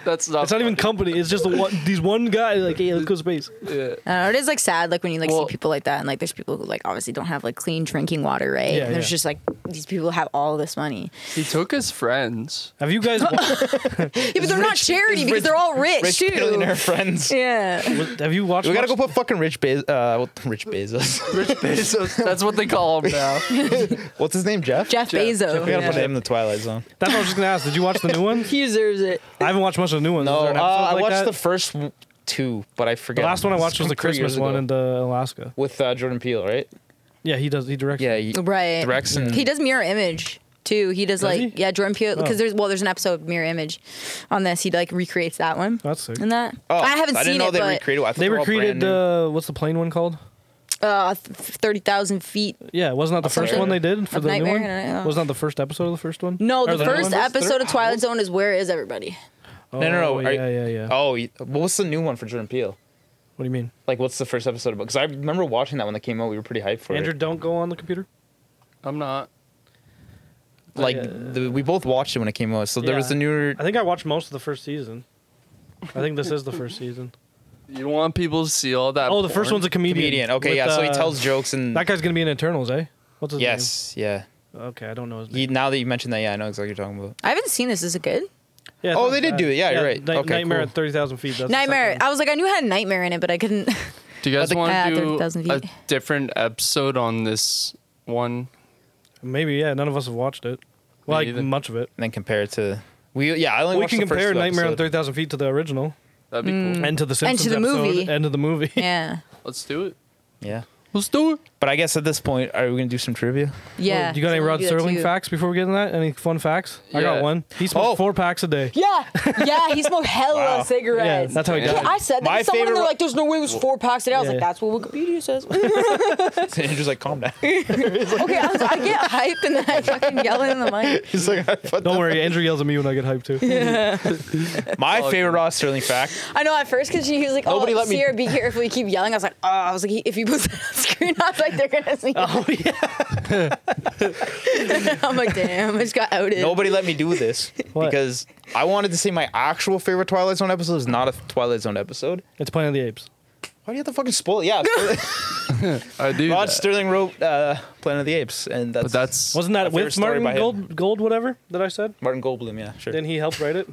That's not.
It's not even company. It's just the one, these one guy like, hey, let's go to space.
Yeah.
I don't know. It is like sad, like when you like
Well-
see people like that, and like there's people who like obviously don't have like clean drinking water, right?
Yeah,
and there's
yeah.
just like these people have all this money.
He took his friends.
Have you guys wa-
Yeah, but they're not charity because they're all rich,
rich
too.
billionaire friends.
Yeah.
have you watched?
We gotta go
much-
put fucking Rich Bez- uh, well, Rich Bezos.
Rich Bezos. That's what they call him now.
What's his name, Jeff?
Jeff,
Jeff-
Bezos.
We gotta
yeah.
put him in the Twilight Zone.
That's what I was just gonna ask. Did you watch the new one?
He deserves it.
I haven't watched much of the new one.
No, uh, I watched
that?
the first w- two, but I forget.
The last one I
It's
watched was
from
the
three years
Christmas
ago.
one in the Alaska.
with uh, Jordan Peele, right?
Yeah, he does. He directs.
Yeah,
it.
he
Right.
directs and
He does mirror image too. He does,
Does
like
he?
yeah, Jordan Peele because
Oh.
there's well, there's an episode of mirror image on this. He like recreates that one.
that's sick.
and that
Oh,
I haven't
I
seen
didn't know
it,
they
but
recreated. I thought
They
were all brand
recreated
new.
uh, what's the plane one called?
uh, thirty thousand feet.
Yeah, wasn't that the
Something
first one they did for
of
the new
Nightmare
one?
and I- oh.
Wasn't that the first episode of the first one?
No,
Or new
the first
one?
episode of Twilight Zone is where is everybody?
Oh,
No, no, no. Are-
yeah, yeah, yeah.
Oh, y- well, what's the new one for Jordan Peele?
What do you mean,
Like, what's the first episode about? Because I remember watching that when that came out. We were pretty hyped for
Andrew?
it.
Don't go on the computer.
I'm not.
Like,
uh,
the, we both watched it when it came out. So there was
Yeah.
the newer.
I think I watched most of the first season. I think this is the first season.
You don't want people to see all that.
Oh, the first
porn?
one's a comedian.
Comedian. Okay,
with,
yeah. so he
uh,
tells jokes and
that guy's gonna be in Eternals, eh? What's his
yes, yeah.
name? Okay, I don't know his name.
He, now that you mentioned that, yeah, I know exactly what you're talking about.
I haven't seen this. Is it good?
Yeah, it's
Oh,
not
they did do it. Yeah, you're right.
Night-
Okay,
Nightmare
cool.
at thirty thousand feet. That's the
nightmare. uh,
second one.
I was like, I knew it had nightmare in it, but I couldn't.
Do you guys
think- Ah,
want to
30,000
do a
feet.
different episode on this one?
Maybe yeah. None of us have watched it.
Me
Like
either.
much of it.
And then compare it to. We yeah, I only
We
watched
can
the first Mm.
compare
two
Nightmare on
episodes.
Thirty Thousand Feet to the original
That'd be cool.
and to the Simpsons
the
episode,
movie.
and to the movie.
yeah.
Let's do it.
Yeah,
Let's do it.
but I guess at this point, are we gonna do some trivia?
Yeah.
Well, you got any
so
Rod
do that
Serling
too.
facts before we get into that? Any fun facts? I
Yeah.
got one. He smokes
Oh.
four packs a day.
Yeah. Yeah. He smoked hella
Wow.
Yeah,
cigarettes.
that's how he
Yeah,
died.
I said that
My
to someone, and
favorite
they're
wa-
like, "There's no way it was four packs a day." I was
Yeah.
like, "That's what Wikipedia says."
Andrew's like, calm down.
okay, I, was, I get hyped and then I fucking yell in the mic.
He's like, "What the
Don't worry, Andrew yells at me when I get hyped too.
My favorite Ross Sterling fact.
I know at first because she was like,
Nobody
"Oh,
let me-
Sierra, be careful! You keep yelling." I was like, "Oh," I was like, "If he puts that on screen, I was like, they're gonna see." Oh yeah. I'm like, damn, I just got outed.
Nobody let me do this
What?
because I wanted to say my actual favorite Twilight Zone episode is not a Twilight Zone episode.
It's Planet of the Apes.
Why do you have to fucking spoil it? Yeah,
I do.
Rod
that.
Sterling wrote uh, Planet of the Apes, and that's,
But that's
Wasn't
A
that
fair
with
story
Martin
by him.
Gold, Gold, whatever that I said?
Martin Goldblum. Yeah, sure.
Then he helped write it.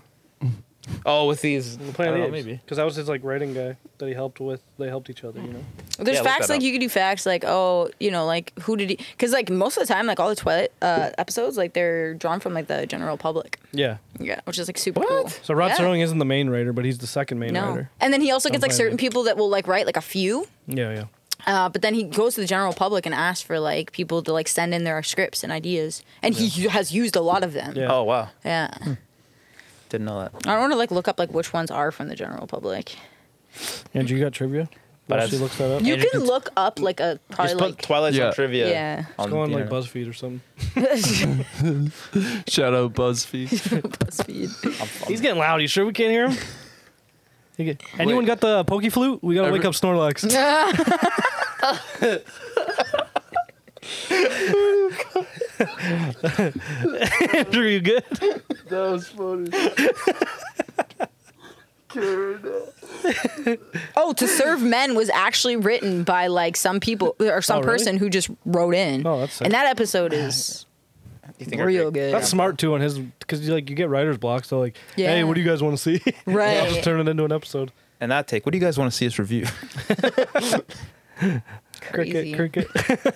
oh, with these
The Planet
I don't
of the
know,
Apes,
maybe.
because that was his like writing guy that he helped with. They helped each other, you know.
There's
Yeah, look
facts
that
like
up.
you could do facts like oh you know like who did he because like most of the time like all the Twilight uh, episodes like they're drawn from like the general public
Yeah.
yeah which is like super cool.
So Rod
Yeah.
Serling isn't the main writer, but he's the second main
No,
writer.
and then he also gets like
Planet
certain
Apes.
people that will like write like a few
Yeah, yeah.
Uh, but then he goes to the general public and asks for like people to like send in their scripts and ideas, and he u- has used a lot of them.
Yeah.
Oh wow,
Yeah.
didn't know that.
I want to like look up like which ones are from the general public.
Andrew, you got trivia?
But
But she
that's-
looks that up.
You
Andrew
can look up like a probably
Just put
like
Twilight Zone
Yeah.
trivia.
Yeah.
on
Go on
the
like
internet.
BuzzFeed or something.
shout out BuzzFeed.
BuzzFeed.
I'm- I'm-
He's getting loud. You sure we can't hear him? He get- Anyone got the pokey flute? We gotta
Every-
wake up Snorlax. Andrew, you good?
that was funny.
oh, to serve men was actually written by like some people or some
Oh, really?
person who just wrote in.
Oh, that's sick.
and that episode is
you think I
real
did?
good.
That's smart too on his because you like you get writer's block. So like,
Yeah.
hey, what do you guys want to see?
Right.
I'll just turn it into an episode.
And that take. What do you guys want to see us review?
Crazy.
Cricket, cricket.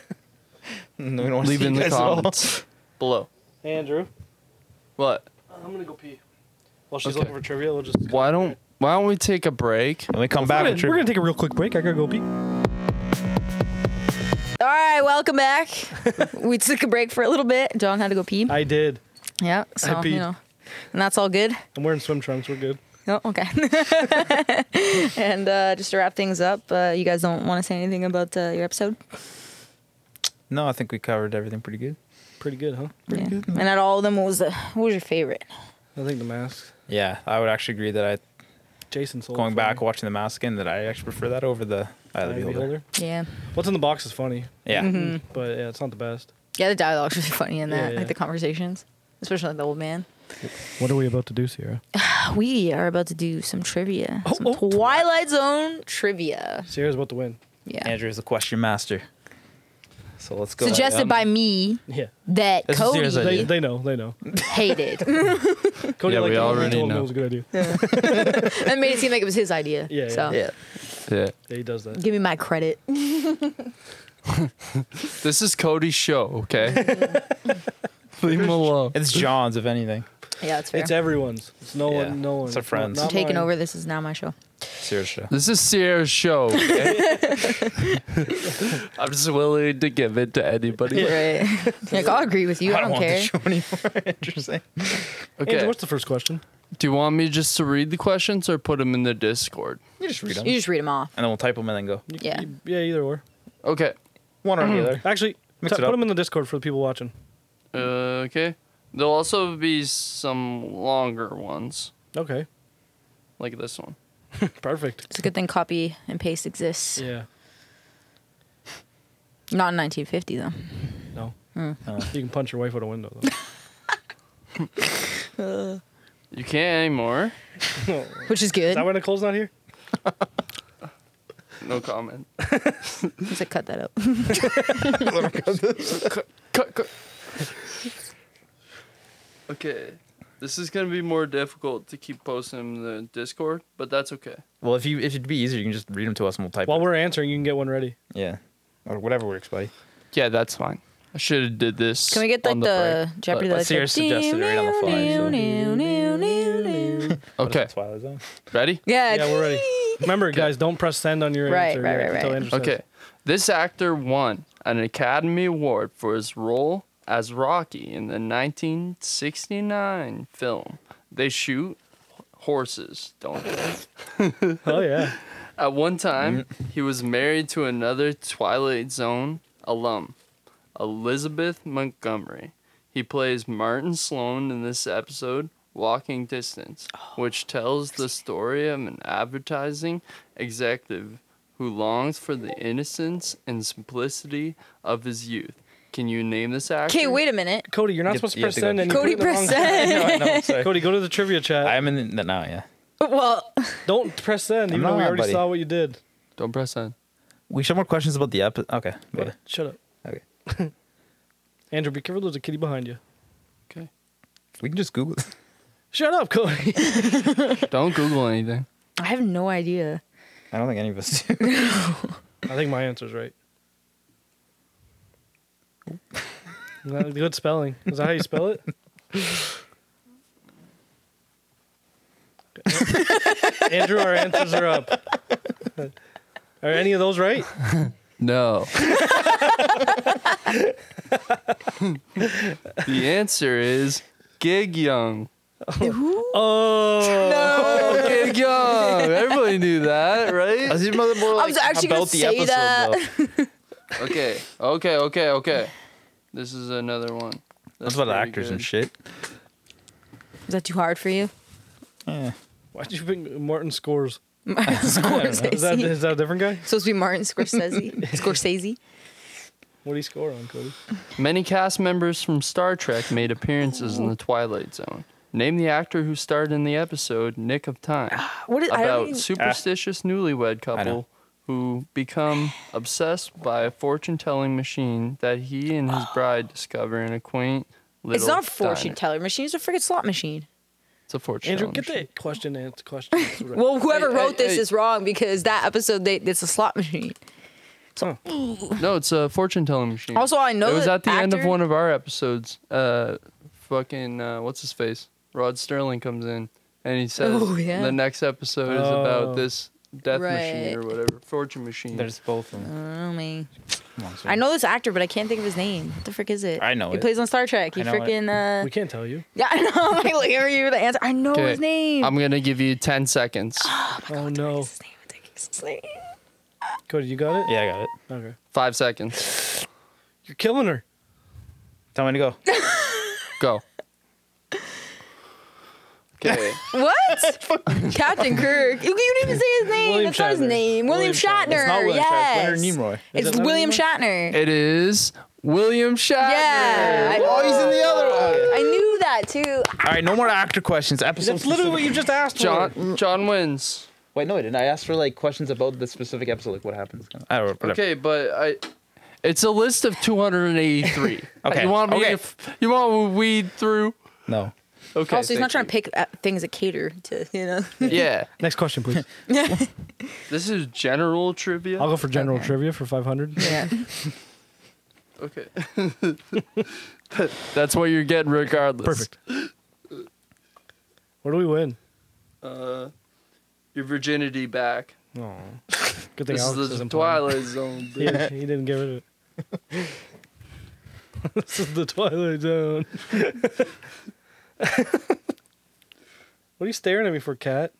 no, we don't wanna
Leave
see
in
you
the
guys at all.
comments below.
Hey, Andrew,
What?
I'm gonna go pee. While she's
Okay.
looking for trivia, we'll just.
Why don't Why don't we take a break?
And we come
We're
back
gonna,
with
we're
trivia.
gonna take a real quick break. I gotta go pee.
All right, welcome back. we took a break for a little bit. John had to go pee.
I did.
yeah, so
peed.
you know, and that's all good.
I'm wearing swim trunks. We're good.
Oh, okay. and uh, just to wrap things up, uh, you guys don't want to say anything about uh, your episode?
No, I think we covered everything pretty good.
Pretty good, huh?
yeah. And at all of them, what was the, what was your favorite?
I think the mask.
Yeah, I would actually agree that I
Jason sold. it
going
for
back
me.
watching the mask again that I actually prefer that over the Eye of the
Eye of the
Beholder.
Beholder. Mm-hmm.
Yeah.
What's in the box is funny,
Yeah,
but yeah, it's not the best.
Yeah, the dialogue's really funny in
Yeah,
that,
yeah.
like the conversations, especially like the old man.
What are we about to do, Sierra?
We are about to do some trivia,
Oh,
some
oh.
Twilight Zone trivia.
Sierra's about to win.
Yeah.
Andrew is the question master. So let's go.
Suggested
Um,
by me
Yeah.
that
This is serious
They,
idea.
Cody
they know. They know.
hated.
Cody
Yeah,
liked
we
it when
already
told him
know.
It was a good idea.
that made it seem like it was his idea.
Yeah, yeah.
So
Yeah.
Yeah.
Yeah, he does that.
give me my credit.
This is Cody's show. Okay. Leave him alone.
It's John's, if anything.
Yeah, it's fair.
It's everyone's. It's no
Yeah.
one. No one.
It's our friends.
Not,
I'm
not
taking
mine.
over. This is now my show.
Serious show.
This is Sierra's show. okay? I'm just willing to give it to anybody.
Right. like, I'll agree with you. I don't,
want
care.
this show anymore. Interesting.
Andrew,
Okay.
what's the first question?
Do you want me just to read the questions or put them in the Discord?
You just read them,
You just read them off.
and then we'll type them and then go.
You-
Yeah.
you- yeah, either or.
Okay.
One or the other.
Actually,
Mix
t- put
it up.
them in the Discord for the people watching.
Uh, okay. There'll also be some longer ones,
Okay,
like this one.
perfect.
It's a good thing copy and paste exists.
Yeah,
Not in 1950, though.
no.
Hmm.
Uh,
No.
You can punch your wife out a window. Though.
You can't anymore.
Which is
Is
good.
that why Nicole's not here?
No comment.
Let's like, cut that up.
Cut, cut. okay. This is going to be more difficult to keep posting in the Discord, but that's okay.
Well, if you if it'd be easier, you can just read them to us and we'll type.
While
it.
we're answering, you can get one ready.
yeah, or whatever works, buddy.
Yeah, that's fine. I should have did this.
Can we get like
on
the,
break,
Jeopardy?
but
that's
Sierra suggested it right on the fly, so-
but- Okay.
Twilight Zone.
Ready?
Yeah.
Yeah, we're ready. Remember, guys, don't press send on your
Right,
answer.
right,
yet
right,
until
right.
Andrew says.
Okay. This actor won an Academy Award for his role as Rocky in the 1969 film They Shoot Horses, Don't They?
Oh yeah.
At one time, he was married to another Twilight Zone alum, Elizabeth Montgomery. He plays Martin Sloan in this episode, Walking Distance, which tells the story of an advertising executive who longs for the innocence and simplicity of his youth. Can you name this actor?
Okay, wait a minute.
Cody, you're not
You-
supposed to
you
press
have to go.
send. And you
Cody
put it in the wrong-
Brissett.
no, no, sorry.
Cody, go to the trivia chat.
I'm in the now. Yeah,
Well,
Don't press send,
I'm
even though
not,
we already
buddy.
saw what you did.
Don't press on.
we should have more questions about the episode. Okay, wait.
Shut up.
okay.
Andrew, be careful. There's a kitty behind you.
Okay.
We can just Google. It.
Shut up, Cody.
Don't Google anything.
I have no idea.
I don't think any of us do.
I think my answer's right. Not Good spelling. Is that how you spell it? Andrew, our answers are up. Are any of those right?
No. the answer is Gig Young.
Oh,
Oh, Gig Young. Everybody knew that,
I
right?
was even more
I
like
was actually gonna
about the
say
episode.
that.
Though.
Okay, okay, okay, okay. This is another one.
That's about
pretty
actors and
good.
shit.
Is that too hard for you?
Yeah.
why'd you pick Martin Scores?
Martin Scorsese.
Is that is that a different guy?
supposed to be Martin Scorsese? Scorsese.
What do you score on, Cody?
Many cast members from Star Trek made appearances in The Twilight Zone. Name the actor who starred in the episode Nick of Time.
What is, I eh. don't
about
even,
superstitious newlywed couple who become obsessed by a fortune-telling machine that he and his bride discover in a quaint little.
It's not a fortune
diner.
teller machine. It's a freaking slot machine.
It's a fortune.
Andrew,
telling
get
machine.
the question answer question. right.
Well, whoever
Hey,
wrote
hey,
this
hey.
is wrong because that episode they it's a slot machine.
No, it's a fortune-telling machine.
Also, I know
it was
that
at the end of
actor-
one of our episodes. Uh, fucking uh, what's his face? Rod Sterling comes in and he says
Oh, yeah.
the next episode is
Oh.
about this death machine or
Right.
whatever fortune machine.
There's both of
I
them.
don't know, Oh, man.
Come on, sir.
I know this actor, but I can't think of his name. What the frick is it?
I know
He
it.
plays on Star Trek. He
I know it.
freaking uh
we can't tell you.
Yeah, I know. I'm like looking for you the answer. I know his
Okay,
name.
I'm gonna give you ten seconds.
Oh no,
What's his name? I think it's his name.
Cody, you got it.
Yeah, I got it.
Okay.
Five seconds.
You're killing her.
Tell me to go.
Go. Okay.
What? Captain Kirk. You, you didn't even say his name.
William
That's not his
Shatner.
name. William,
William Shatner.
Shatner.
It's
not William Shatner.
yes.
Leonard Nimoy. Is
it
It's
not
William
Nimoy?
Shatner.
It is William Shatner.
yeah. I-
Oh, he's in the other one.
I knew that too.
All right, no more actor questions. Episode.
That's literally what you just asked for.
Mm.
John John wins.
Wait, no, I didn't. I asked for like questions about the specific episode, like what happens. I don't know.
Okay, but I. It's a list of 283.
Okay,
You want me
okay.
to? f- You want me to weed through?
No.
Okay.
also, he's not trying
thank
to pick uh, things that cater to, you know.
you. Yeah.
Next question, please.
This is general trivia.
I'll go for general
Okay.
trivia for 500.
Yeah.
Okay. That- That's what you're getting regardless.
Perfect. What do we win?
Uh, your virginity back.
Oh, good thing
This
Alex
is the
isn't
Twilight Zone.
playing. He, he didn't get rid of it. this is the Twilight Zone. what are you staring at me for, cat?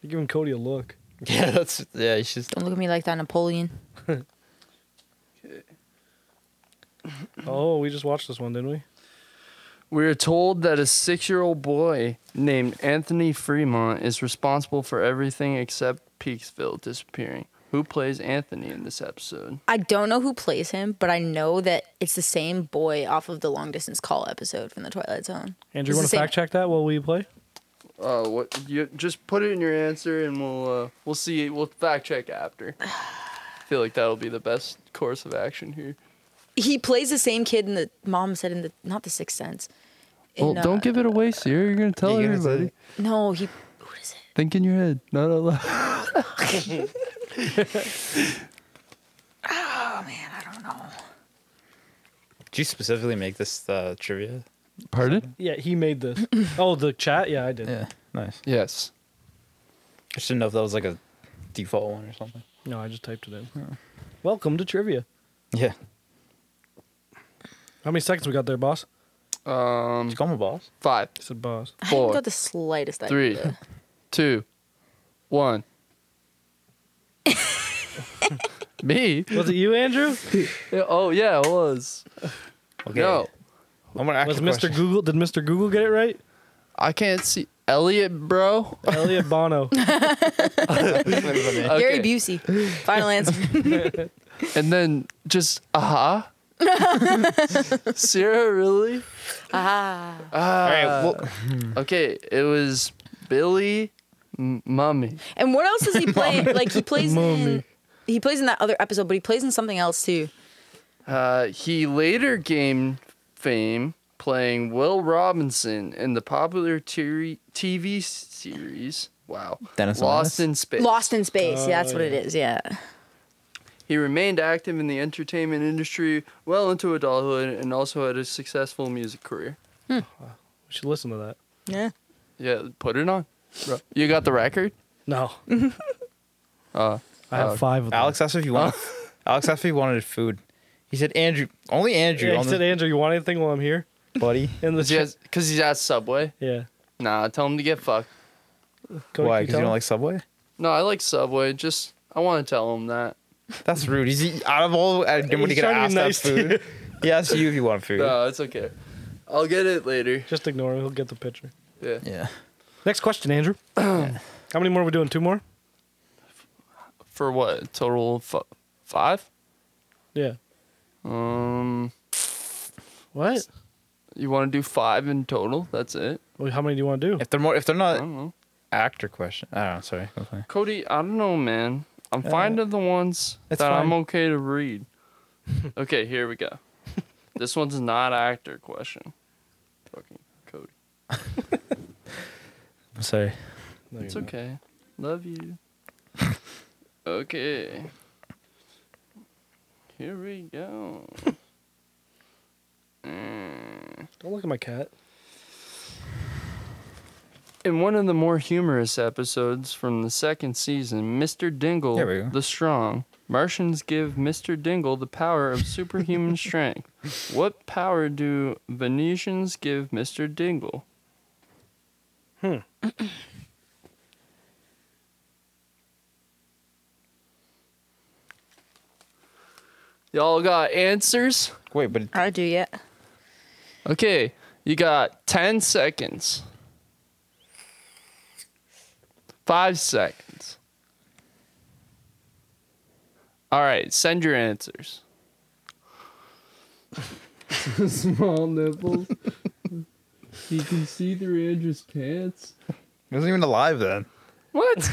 You're giving Cody a look.
Yeah, that's yeah. You should.
Don't look at me like that, Napoleon.
Oh, we just watched this one, didn't we?
We are told that a six-year-old boy named Anthony Fremont is responsible for everything except Peaksville disappearing. Who plays Anthony in this episode?
I don't know who plays him, but I know that it's the same boy off of the long distance call episode from the Twilight Zone.
Andrew,
It's
you want
the
to
same-
fact check that while we play?
Uh, what? You just put it in your answer, and we'll uh, we'll see. We'll fact check after. I feel like that'll be the best course of action here.
He plays the same kid in the mom said in the not the Sixth Sense. In,
Well,
uh,
don't give it away, Sierra. You're gonna tell
Yeah, you're gonna
everybody.
No, he. Who is it?
Think in your head, not out loud.
Oh man, I don't know.
Did you specifically make this uh, trivia?
Pardon?
Yeah, he made this. oh, the chat? Yeah, I did.
nice.
Yes.
I should know if that was like a default one or something.
No, I just typed it in. Welcome to trivia.
Yeah.
How many seconds we got there, boss?
Um,
call my boss.
five,
I said boss.
I
Four,
haven't got the slightest
three,
idea.
two, one. Me?
Was it you, Andrew?
Yeah, Oh yeah, it was. No,
I'm gonna ask
Was
a
Mr.
question.
Google? Did Mr. Google get it right?
I can't see Elliot, bro.
Elliot Bono.
Okay.
Gary Busey. Final answer.
And then just aha. Sarah, really?
ah.
Ah.
All right.
Uh.
Well,
okay, it was Billy, M- Mummy.
And what else does he play? like he plays in
Mommy.
he plays in that other episode, but he plays in something else too.
Uh, he later gained fame playing Will Robinson in the popular TV TV series. Wow.
Dennis
Lost
Menace?
in Space.
Lost in Space. yeah, that's
Oh,
what it
yeah.
is. Yeah.
He remained active in the entertainment industry well into adulthood and also had a successful music career.
We should listen to that.
Yeah.
Yeah, put it on. bro. You got the record?
No,
Uh,
I have
Oh,
five of them.
Alex asked if you wanted. Alex asked if he wanted food. He said Andrew. Only Andrew.
yeah,
on
he said,
the
Andrew, you want anything while I'm here?
buddy.
In the chat.
because he's at Subway.
Yeah.
Nah, tell him to get fucked.
Cody,
Why?
can
Because you
tell
don't
him?
like Subway?
No, I like Subway. Just I want to tell him that.
That's rude. He's he- out of all. uh, I didn't want to
He's
get
trying to be nice
asked that
to
food. He asked you if you want food.
No, it's okay. I'll get it later.
Just ignore him. He'll get the picture.
Yeah.
Yeah.
Next question, Andrew. How many more are we doing? Two more?
For what? A Total of f- five?
Yeah.
Um,
What?
you want to do five in total? That's it.
Well, how many do you want to do?
If they're more, if they're
I
not
don't know.
actor question. I don't know. Sorry. Okay.
Cody, I don't know, man. I'm fine to the ones that
it's
I'm
fine.
okay to read. okay, here we go. This one's not actor question. Fucking Cody.
I'm sorry.
No,
It's
you're
okay. Love you. okay. Here we go. Mm.
not. Don't look at my cat.
In one of the more humorous episodes from the second season, Mr. Dingle
There we go.
the Strong, Martians give Mr. Dingle the power of superhuman strength. What power do Venetians give Mr. Dingle? Hmm. Y'all got answers?
Wait, but
I do, yeah.
Okay, you got 10 seconds. Five seconds. All right, send your answers. Small nipples. you can see through Andrew's pants.
he wasn't even alive then.
What?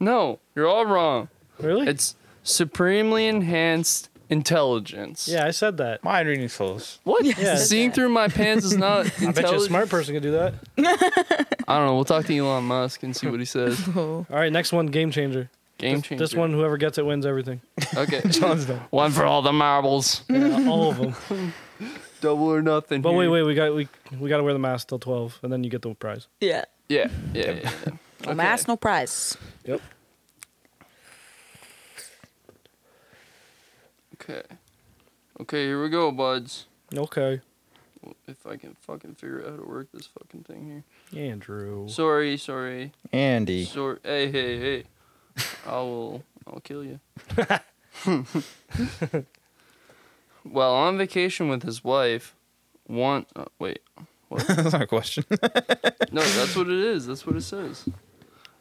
no, you're all wrong.
Really?
It's supremely enhanced intelligence.
yeah, I said that.
Mind reading souls.
What?
Yeah.
Seeing through my pants is not
I
intelligent.
bet you a smart person could do that.
I don't know. We'll talk to Elon Musk and see what he says.
All right, next one, game changer.
Game
This-
changer.
This one, whoever gets it wins everything.
Okay.
John's done.
one for all the marbles.
Yeah, all of them.
Double or nothing.
But wait,
here.
wait, we got we we got to wear the mask till twelve, and then you get the prize.
Yeah.
Yeah. Yeah. yeah, yeah.
No mask, no prize.
Yep.
Okay. Okay, here we go, buds.
Okay.
If I can fucking figure out how to work this fucking thing here.
Andrew.
Sorry, sorry.
Andy.
Sorry. Hey, hey, hey. I will. I'll kill you. well, on vacation with his wife, one. Uh, wait.
That's not a question.
No, that's what it is. That's what it says.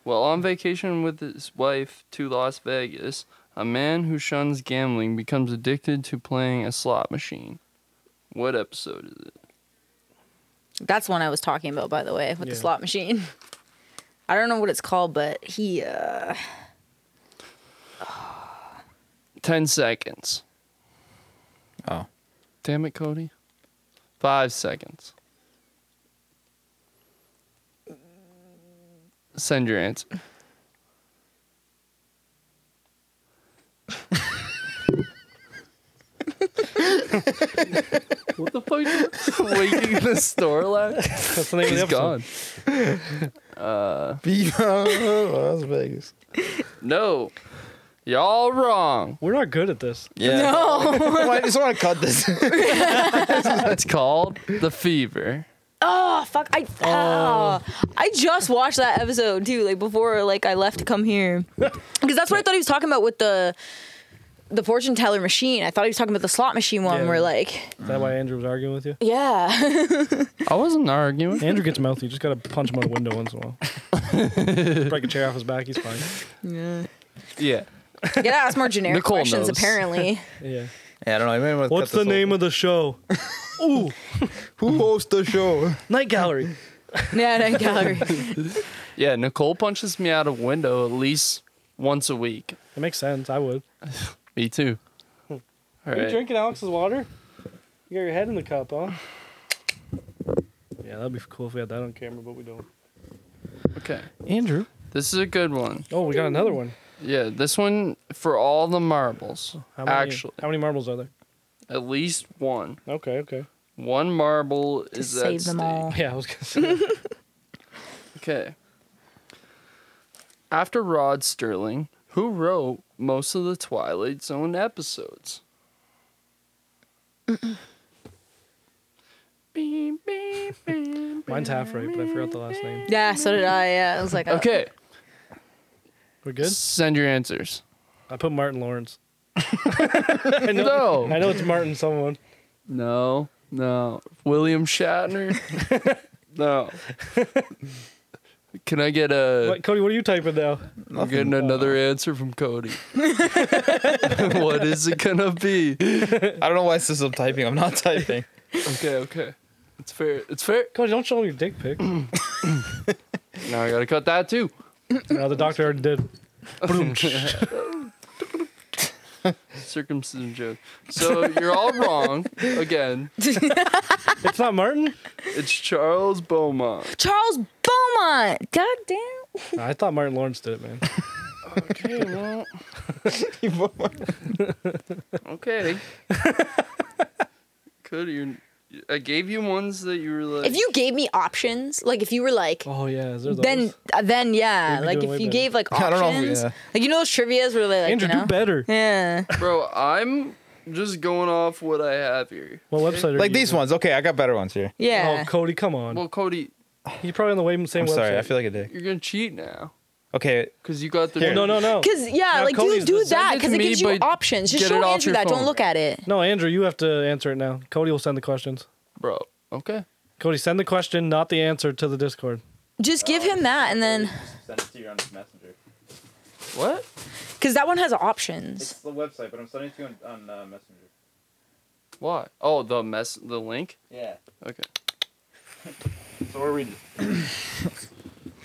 Well, on vacation with his wife to Las Vegas, a man who shuns gambling becomes addicted to playing a slot machine. What episode is it?
That's one I was talking about, by the way, with the
Yeah.
slot machine. I don't know what it's called, but he. uh
Ten seconds.
Oh.
Damn it, Cody. Five seconds. Send your answer. what the fuck? is Waking in the store like
That's the name
He's
of the episode.
gone.
Las Vegas.
No. Y'all wrong.
We're not good at this.
Yeah. No. I just want to cut this.
It's called The Fever.
Oh fuck! I ah. I just watched that episode too, like before, like I left to come here, because that's what I thought he was talking about with the the fortune teller machine. I thought he was talking about the slot machine one,
Yeah.
where like,
Is that why Andrew was arguing with you?
yeah,
I wasn't arguing.
Andrew gets mouthy. You just gotta punch him out a window once in a while. Break a chair off his back. He's fine.
yeah.
gotta ask more generic
Nicole
questions.
knows.
Apparently,
Yeah.
Yeah, I don't know. I may wanna
What's
cut
the
this
name of the show? Ooh,
whole- Who hosts the show?
Night Gallery.
yeah, no, gallery.
Yeah, Nicole punches me out a window at least once a week.
It makes sense. I would.
Me too. All
Are you
right.
drinking Alex's water? You got your head in the cup, huh? Yeah, that'd be cool if we had that on camera, but we don't.
Okay.
Andrew.
This is a good one.
Oh, we got another one.
Yeah, this one for all the marbles.
How many,
Actually,
how many marbles are there?
at least one.
Okay, okay.
One marble is at
save them
stake.
all.
Yeah, I was gonna say.
Okay. After Rod Sterling, who wrote most of the Twilight Zone episodes? Beep, beep, beep.
Mine's half right, but I forgot the last name.
Yeah, so did I. Yeah, I was like, okay,
Okay,
We're good.
send your answers.
I put Martin Lawrence. I know.
No.
I know it's Martin someone.
No, no. William Shatner? no. Can I get a
Uh,
What, Cody, what are you typing now?
I'm getting another answer from Cody? what is it gonna be?
I don't know why it says I'm typing. I'm not typing.
Okay, okay. It's fair. It's fair.
Cody, don't show me your dick pic.
Now I gotta cut that too.
no, the doctor already did.
Circumcision joke. So you're all wrong again.
It's not Martin?
It's Charles Beaumont.
Charles Beaumont. God damn.
No, I thought Martin Lawrence did it, man.
Okay, well. okay. Cody, you I gave you ones that you were like.
If you gave me options, like if you were like,
Oh yeah, is there those?
then uh, then yeah,
We'd be
like
doing
if
way
you
better.
gave like
I
options,
don't know if we- yeah.
like you know those trivia's where they like
Andrew,
you know,
do better.
yeah.
Bro, I'm just going off what I have here.
What website? Are
like
you
these
using?
ones. Okay, I got better ones here.
Yeah.
Oh, Cody, come on.
Well, Cody,
You're probably on the way- same
I'm
website.
sorry. I feel like a dick.
you're gonna cheat now
Okay.
because you got the.
Well, no, no, no.
Cause yeah,
Now,
like do
Cody's
do
the-
that
Send it
because
to
it
me,
gives you
but
options. Just
get
show
it off
Andrew
your
that. Don't
phone.
look at it.
No, Andrew, you have to answer it now. Cody will send the questions.
bro. Okay.
Cody, send the question, not the answer, to the Discord.
Just give him that, and then
Send it to you on Messenger.
What?
because that one has options.
the website, but I'm sending it to you on, on uh, Messenger.
Why? Oh, the mess. The link.
Yeah.
Okay.
So we're reading.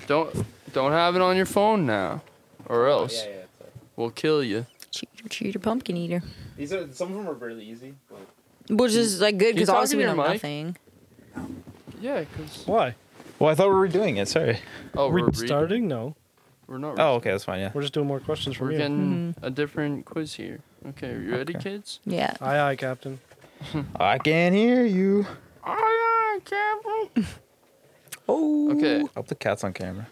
Don't don't have it on your phone now, or else
Oh, yeah.
we'll kill you.
Cheater, cheater, pumpkin eater.
These are some of them are really easy. But
Which is like good
Can you
because
talk
obviously we
into
know
your mic?
nothing.
Yeah, cause
Why?
well, I thought we were doing it. Sorry.
oh,
Are we
we're reading-
starting? No.
We're not.
Oh, okay, that's fine. Yeah.
We're just doing more questions from
We're
you.
getting
Hmm.
a different quiz here. Okay, you ready, kids?
Yeah.
Aye, aye, Captain.
I can hear you.
Oh yeah, careful.
Oh.
Okay.
Hope the cat's on camera.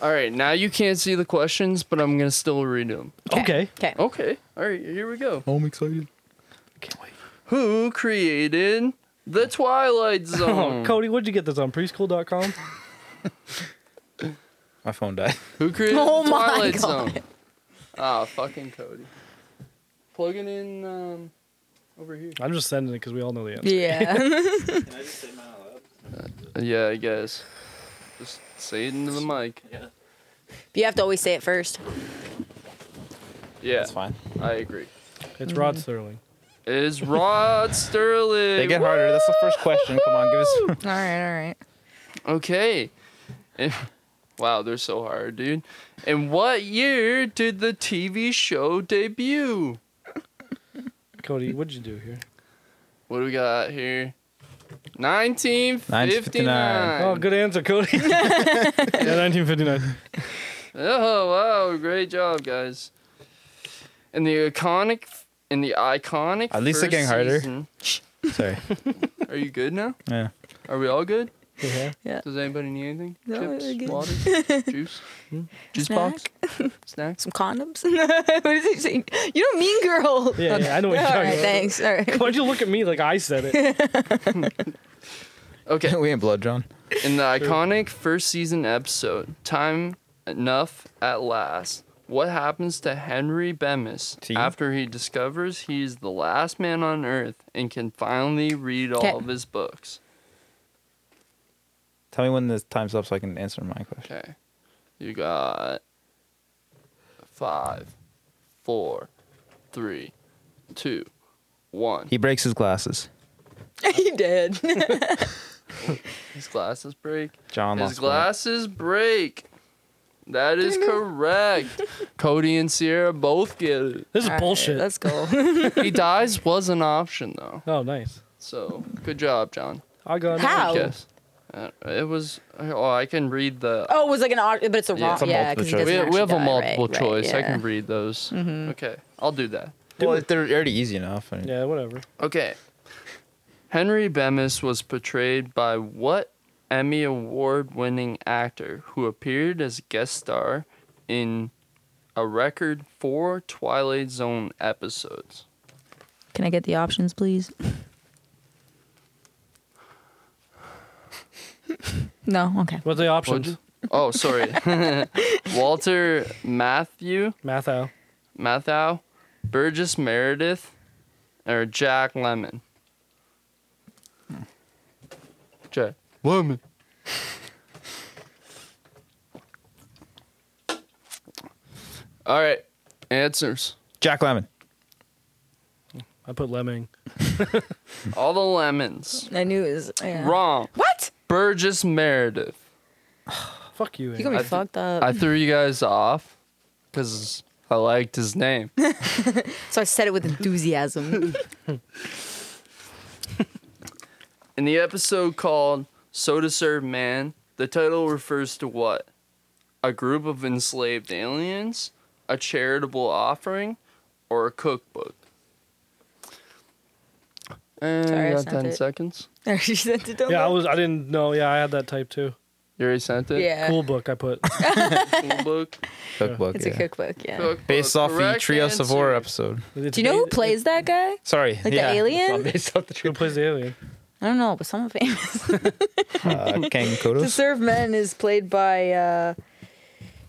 All right, now you can't see the questions, but I'm gonna still read them.
Okay. Oh,
Okay.
Okay. All right, here we go.
Oh, I'm excited.
Can't wait.
Who created the Twilight
Oh,
Hmm.
Zone?
Cody, what'd you get this on? Preschool.com?
My phone died.
Who created
Oh
the
my
Twilight
God.
Zone? Ah, fucking Cody. Plug it in um, over here.
I'm just sending it because we all know the answer.
Yeah.
Can I just say mine out loud?
Yeah, I guess. Just say it into the mic.
you have to always say it first.
Yeah,
That's fine.
I agree.
It's Rod Sterling.
It is Rod Sterling.
They get harder. That's the first question. Come on, give us.
All right. All right.
Okay. And- wow, they're so hard, dude. In what year did the TV show debut?
Cody, what'd you do here?
What do we got here? 1959.
Oh, good answer, Cody. yeah, 1959.
Oh, wow, great job, guys. And the iconic in the iconic
At least they're
first
getting harder.
season-
Sorry.
Are you good now?
Yeah.
Are we all good?
Yeah.
Does anybody need anything?
No, we're
Chips,
good.
water, juice,
Hmm?
juice box, snacks.
Some condoms. what is it saying? You don't mean girl.
Yeah, yeah, I know what you're
All
talking
right.
about.
Thanks. All right.
Why'd you look at me like I said it?
Okay.
we ain't blood drawn.
In the iconic first season episode, Time Enough at Last, what happens to Henry Bemis
Tea?
after he discovers he's the last man on Earth and can finally read all
Okay.
of his books?
Tell me when the time's up so I can answer my question.
Okay. You got five, four, three, two, one.
He breaks his glasses.
you did.
His glasses break.
John
His
lost one.
glasses break. That is correct. Cody and Sierra both get it.
This is
All right,
bullshit.
let's go.
he dies was an option though.
oh, nice.
So good job, John.
I got it.
How? Oh.
Yes. Uh, it was. Oh, I can read the.
Oh, it was like an odd, but it's a
Yeah,
wrong.
it's a
Yeah,
multiple
because
choice.
we, we have a multiple choice.
yeah. Mm-hmm.
I can read those. Okay, I'll do that.
Well, if they're already easy enough. I mean,
Yeah, whatever.
Okay. Henry Bemis was portrayed by what Emmy Award winning actor who appeared as a guest star in a record four Twilight Zone episodes?
Can I get the options, please? no. Okay.
What's the options?
What'd you- Oh, sorry. Walter Matthew,
Mathau.
Mathau, Burgess Meredith, or Jack Lemon. Jack Lemon. All right, answers.
Jack Lemon.
I put lemming.
All the lemons.
I knew it was yeah.
Wrong.
What?
Burgess Meredith.
Fuck you.
You
Ian.
gonna be
I th-
fucked up.
I threw you guys off because I liked his name.
so I said it with enthusiasm.
In the episode called So to Serve Man, the title refers to what? A group of enslaved aliens, a charitable offering, or a cookbook? And
Sorry, I
you got
sent
10
it.
seconds.
Or you sent it to
yeah, I
me?
was. I didn't know. Yeah, I had that type too.
You already sent it?
Yeah.
Cool book. I put.
Cookbook.
Cookbook.
It's
yeah.
a cookbook. Yeah.
cookbook.
Based off the
Correct
Trio
answer.
Savora episode.
It's
Do you know who
ba-
plays that guy?
Sorry.
the
yeah,
alien?
it's not Based off the
Who
Trio.
plays the alien?
I don't know, but someone famous.
Uh, Kang
to
Kodos.
serve men is played by uh,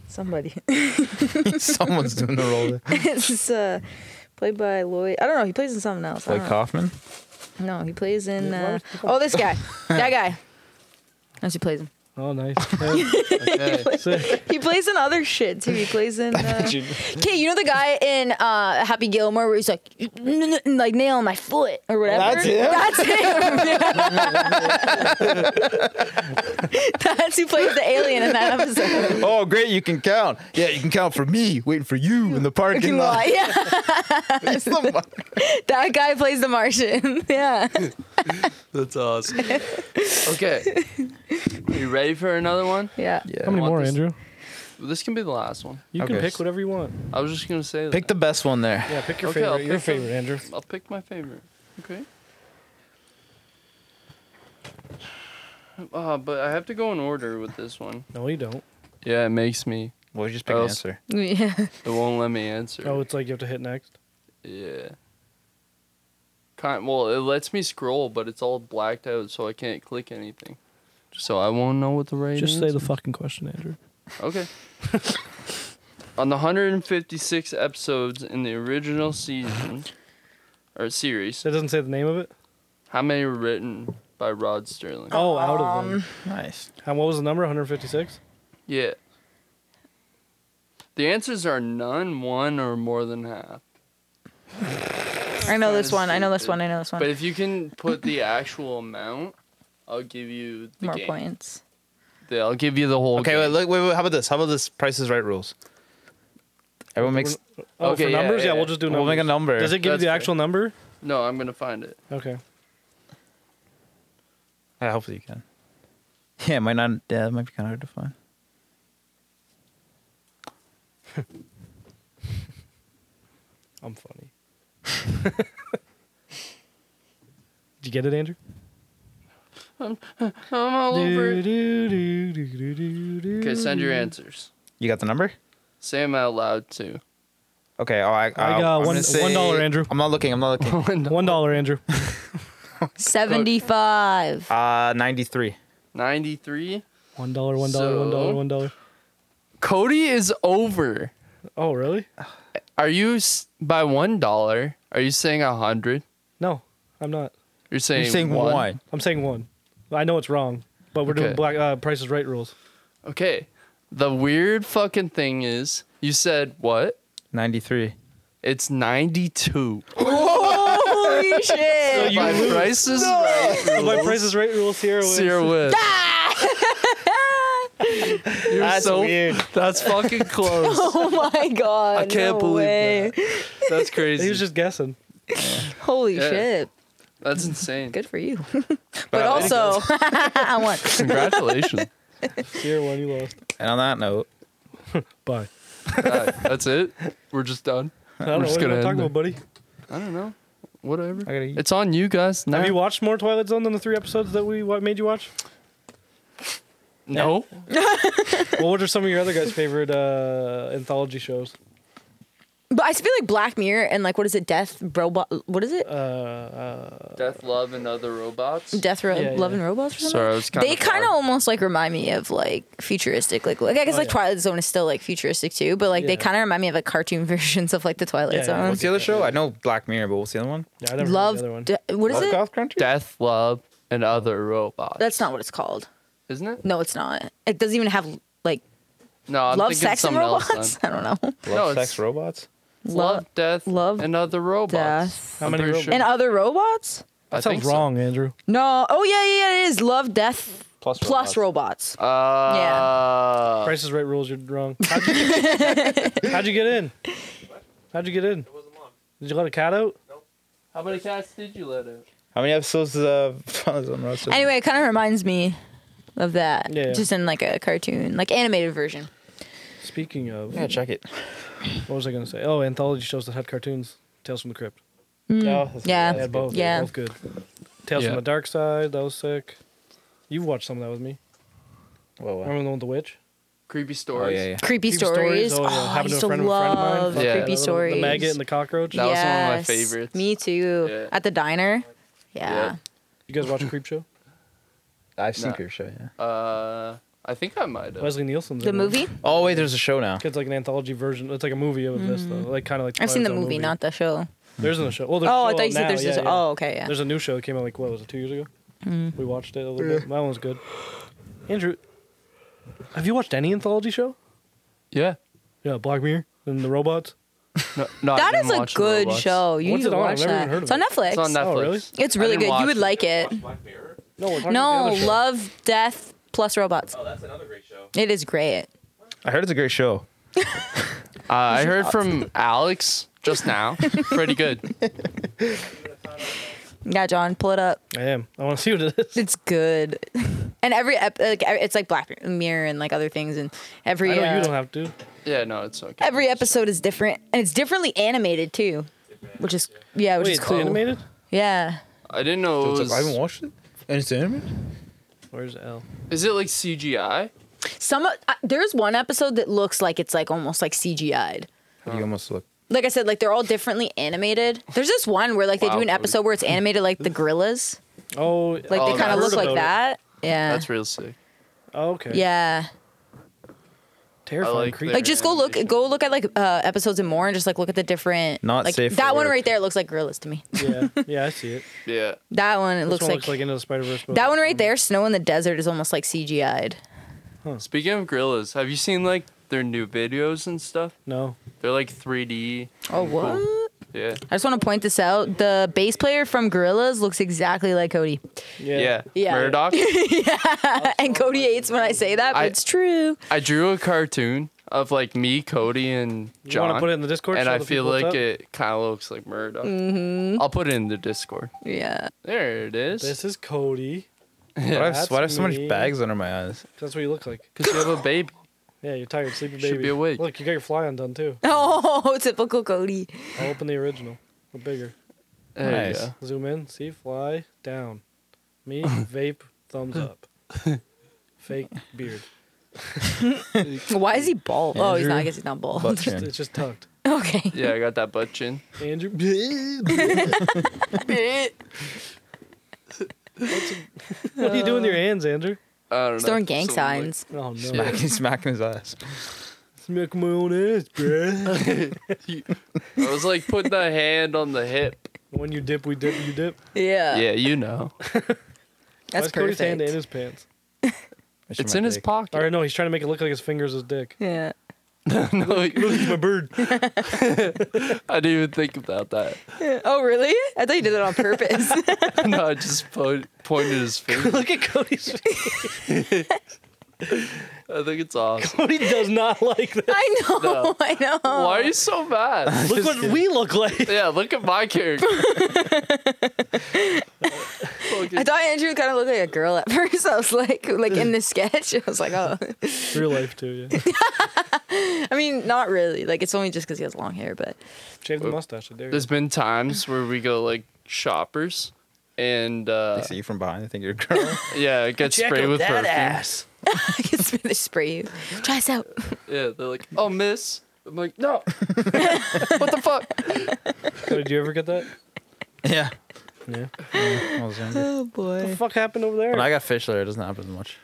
somebody.
Someone's doing the role. there.
it's uh, played by Lloyd. I don't know. He plays in something else. I
Lloyd
don't know.
Kaufman.
No, he plays in.
Yeah, why was
Uh,
he
oh, this guy. that guy. That's who plays him.
Oh, nice.
Okay.
Sick.
He plays in other shit too. He plays in. Uh,
you-
okay, you know the guy in uh, Happy Gilmore where he's like, "N- n- like nail in my foot or whatever.
that's him?
That's him. that's who plays the alien in that episode.
Oh, great. You can count. Yeah, you can count for me. Waiting for you in the parking lot.
Yeah,
It's the mo-
that guy plays the Martian. Yeah.
That's awesome. okay. Are you ready for another one?
Yeah.
yeah.
How many
want
more,
this.
Andrew?
This can be the last one.
You can
Okay.
pick whatever you want.
I was just going to say that.
Pick the best one there.
Yeah, pick your
Okay, I'll
favorite. Your
pick them.
favorite, Andrew.
I'll pick my favorite. Okay. Uh, Ah, but I have to go in order with this one.
No, you don't.
Yeah, it makes me.
Well, you just pick an
Else-
answer.
Yeah.
It won't let me answer.
Oh, it's like you have to hit next.
Yeah. Kind well, it lets me scroll, but it's all blacked out, so I can't click anything. So I won't know what the right.
Just
answer.
say the fucking question, Andrew.
Okay. On the 156 episodes in the original season or series,
It doesn't say the name of it.
how many were written by Rod Sterling?
Oh, out of
Um,
them.
Nice.
And what was the number? 156.
Yeah. The answers are none, one, or more than half.
I know this
kinda
one. I know this
stupid.
one. I know this one.
But if you can put the actual amount, I'll give you the
More
game.
points.
The- I'll give you the whole.
Okay,
game.
wait, look, wait, wait. How about this? How about this? Price is Right rules. Everyone makes.
Oh,
Okay,
for
yeah,
numbers? Yeah,
yeah.
we'll just do numbers.
We'll make a number.
Does it give you
That's
the
fair.
actual number?
No, I'm gonna find it.
Okay.
Yeah, hopefully you can. Yeah, it might not. Yeah, it might be kind of hard to find.
I'm funny. Did you get it, Andrew?
I'm all over. it. Okay,
Okay,
send your answers.
You got the number?
Say 'em out loud too.
Okay. Oh, I.
I got
I'm
one-
gonna say-
one dollar, Andrew.
I'm not looking. I'm not looking.
One dollar, Andrew.
75.
uh, ninety-three.
93.
One dollar, one dollar, one dollar, one dollar.
Cody is over.
Oh, really?
Are you s- by one dollar? Are you saying a hundred?
No, I'm not.
You're saying
You're saying
one.
one.
I'm saying one. I know it's wrong, but we're doing
Okay.
black uh, Price is Right rules.
Okay. The weird fucking thing is, you said what?
Ninety-three.
It's 92.
Holy shit.
you by Price is Right
My
rules,
Price is Right rules, Sierra wins.
Sierra wins. You're
That's
so-
weird.
That's fucking close.
Oh my god.
I can't
no
believe
way.
that. That's crazy.
He was just guessing.
Holy
Yeah.
shit.
That's insane.
Good for you. but also, I want.
Congratulations.
Sierra won, you lost.
And on that note,
Bye.
Alright, that's it. We're just done.
I don't
We're
know
just
what
gonna
are you talking
end
about, buddy.
I don't know. Whatever.
I gotta eat.
It's on you guys. Now.
Have you watched more Twilight Zone than the three episodes that we what made you watch?
no.
well, what are some of your other guys' favorite uh, anthology shows?
But I feel like Black Mirror and like what is it? Death robot. What is it?
Uh, uh,
Death, Love, and Other Robots.
Death ro-
yeah,
Love
yeah.
and Robots. Or something?
Sorry, I was kind
they
of.
kind of almost like remind me of like futuristic, like, like I guess
Oh,
like
yeah.
Twilight Zone is still like futuristic too, but like they
Yeah.
kind of remind me of like cartoon versions of like the Twilight
Yeah, yeah.
Zone.
what's the other show? I know Black Mirror, but what's the other one?
yeah, I never heard
Love,
of the other one.
de- what is it?
Lovecraft Country.
Death, Love, and Other Robots.
That's not what it's called.
Isn't it?
No, it's not. It doesn't even have like
No, I'm
love,
thinking
sex, and
something else.
robots.
Then.
I don't know.
Love,
No,
Sex,
it's-
Robots.
Love, Death,
Love,
and Other Robots.
Death.
How
I'm
many
pretty
robots?
sure.
And other robots?
I
That sounds
think so.
wrong, Andrew.
No. Oh yeah, yeah, yeah, it is love, death,
Plus
plus robots.
Uh, yeah.
Price is Right rules. You're wrong. How'd you, how'd you get in? How'd you get in? Did you let a cat out?
How many cats did you let out?
How many episodes is uh, Twilight Zone? Ross?
Anyway, it kind of reminds me of that,
Yeah, yeah.
just in like a cartoon, like animated version.
Speaking of,
Yeah, check it.
what was I gonna say? Oh, anthology shows that had cartoons. Tales from the Crypt.
No, that's-
Mm. Yeah.
They had both.
Yeah.
Yeah, both good. Tales
Yeah.
from the Dark Side. That was sick. You've watched some of that with me.
Whoa, wow.
Remember the one with the witch?
Oh
Creepy stories.
yeah, yeah.
Creepy
Creepy, stories.
Oh, yeah.
I
Happened to
used
a
to
friend of a friend of mine.
love
Fuck
Yeah.
yeah,
creepy
the little-
stories.
The maggot and the cockroach.
That was one of my
Yes,
favorites.
Me too.
Yeah.
At the diner. Yeah.
You guys watch a creep show?
I've seen
No.
your show. Yeah.
Uh, I think I might have.
Leslie Nielsen's
The
in it.
movie?
Oh wait, there's a show now.
It's like an anthology version. It's like a movie of this though, like kind of like.
Mm. I've seen
Twilight
the
Zone
movie, not the show.
There's no show. Well, there's a
Oh, I
show
thought you
out
said
now,
there's
yeah,
this.
yeah.
Oh, okay, yeah. Mm.
There's a new show that came out like what was it two years ago? We watched it a little bit. That one's good. Andrew, have you watched any anthology show?
Yeah.
Yeah, Black Mirror and the robots.
No, no, I
that
didn't
is a
watch The
good
Robots.
show. You
What's
need
it
to
on? I've
watch
never
that.
even heard of
It's on
it.
Netflix.
It's on Netflix.
Oh, really?
It's
I
really
didn't
good. You
watch
would
it.
like it.
Black Mirror?
No, we're talking about the
No,
other show.
love, death, plus robots.
Oh, that's another great show.
It is great.
I heard it's a great show.
Uh, I heard from Alex just now. Pretty good.
Yeah, John, pull it up.
I am. I want to see what it is.
It's good. And every ep- like e- it's like Black Mirror and like other things and every
I know
uh,
you don't have to.
Yeah, no, it's okay.
every episode is different and it's differently animated too, which is yeah, which
Wait,
is
it's
cool.
animated?
Yeah,
I didn't know. It
So
was,
it's like, I haven't watched it, and it's animated.
Where's L?
Is it like CGI?
Some uh, there's one episode that looks like it's like almost like CGI'd.
You almost look.
Like I said, like they're all differently animated. There's this one where like they
Wow,
do an
Cody.
episode where it's animated like the gorillas.
Oh,
Like
Oh,
they
I've
kind of
heard
look like that. Yeah.
That's real sick.
Oh, okay.
Yeah.
Terrifying
I like
creature.
that.
Like just go look
animation.
go look at like uh episodes and more and just like look at the different
Not
like
safe for
that one
work.
right there looks like gorillas to me.
yeah, yeah, I see it.
Yeah.
That one it
This
looks
one
like,
looks like Into the Spider Verse.
that one right there, Snow in the Desert is almost like CGI'd.
Speaking of gorillas, have you seen like their new videos and stuff?
No.
They're like 3D.
Oh what?
Yeah.
I just want to point this out. The bass player from Gorillas looks exactly like Cody.
Yeah.
Yeah.
Yeah.
Murdoch.
and Cody hates when I say that, but
I-
it's true.
I drew a cartoon of like me, Cody, and
You
John.
want to put it in the Discord?
and
so
I
the
feel
people what's
like
up?
it kind of looks like Murdoch.
Mm-hmm.
I'll put it in the Discord.
Yeah.
There it is.
This is Cody.
Why do I
That's
have, why do I have so
me.
much bags under my eyes?
That's what you look like.
Because you have a baby.
Yeah, you're tired, sleepy baby.
Should be awake.
Look, you got your fly undone too.
Oh, typical Cody.
I'll open the original. Or bigger.
There you
Nice.
go.
Zoom in. See fly down. Me vape thumbs up. Fake beard.
Why is he bald? oh, he's not. I
Andrew
guess he's not bald.
Butt
It's,
chin.
it's just tucked.
okay.
Yeah, I got that butt chin.
Andrew. what are you doing with your hands, Andrew?
I don't know.
Storing gang
Something like-
signs.
Oh no.
Smacking, smacking his ass.
Smack my own ass, bruh.
I was like putting the hand on the hip.
when you dip, we dip, you dip. Uh.
Yeah.
yeah, you know.
That's
Why is Cody's hand in
perfect.
his pants.
It's in his pocket.
All right, no, he's trying to make it look like his fingers is dick.
Yeah.
no,
He's my bird.
I didn't even think about that.
Oh, really? I thought you did that on purpose.
No, I just po- pointed his finger.
look at Cody's. face.
I think it's awesome.
Cody does not like that.
I know.
No.
I know.
Oh.
Why are you so mad?
Look what we look like.
yeah, look at my character.
I thought Andrew kind of looked like a girl at first. I was like, like in the sketch, I was like, oh.
Real life too. Yeah.
I mean, not really. Like, it's only just because he has long hair, but
Shave the mustache. I dare you.
There's been times where we go like shoppers, and
They
uh,
see you from behind. They think you're a girl.
yeah, it gets sprayed with perfume.
I can sp- they spray you. Try this out.
Yeah, they're like, "Oh, miss." I'm like, "No." what the fuck?
Cody, do you ever get that?
yeah.
Yeah.
I was younger.
Oh
What the
boy.
fuck happened over there?
When I
I,
got fish there, it doesn't happen as much.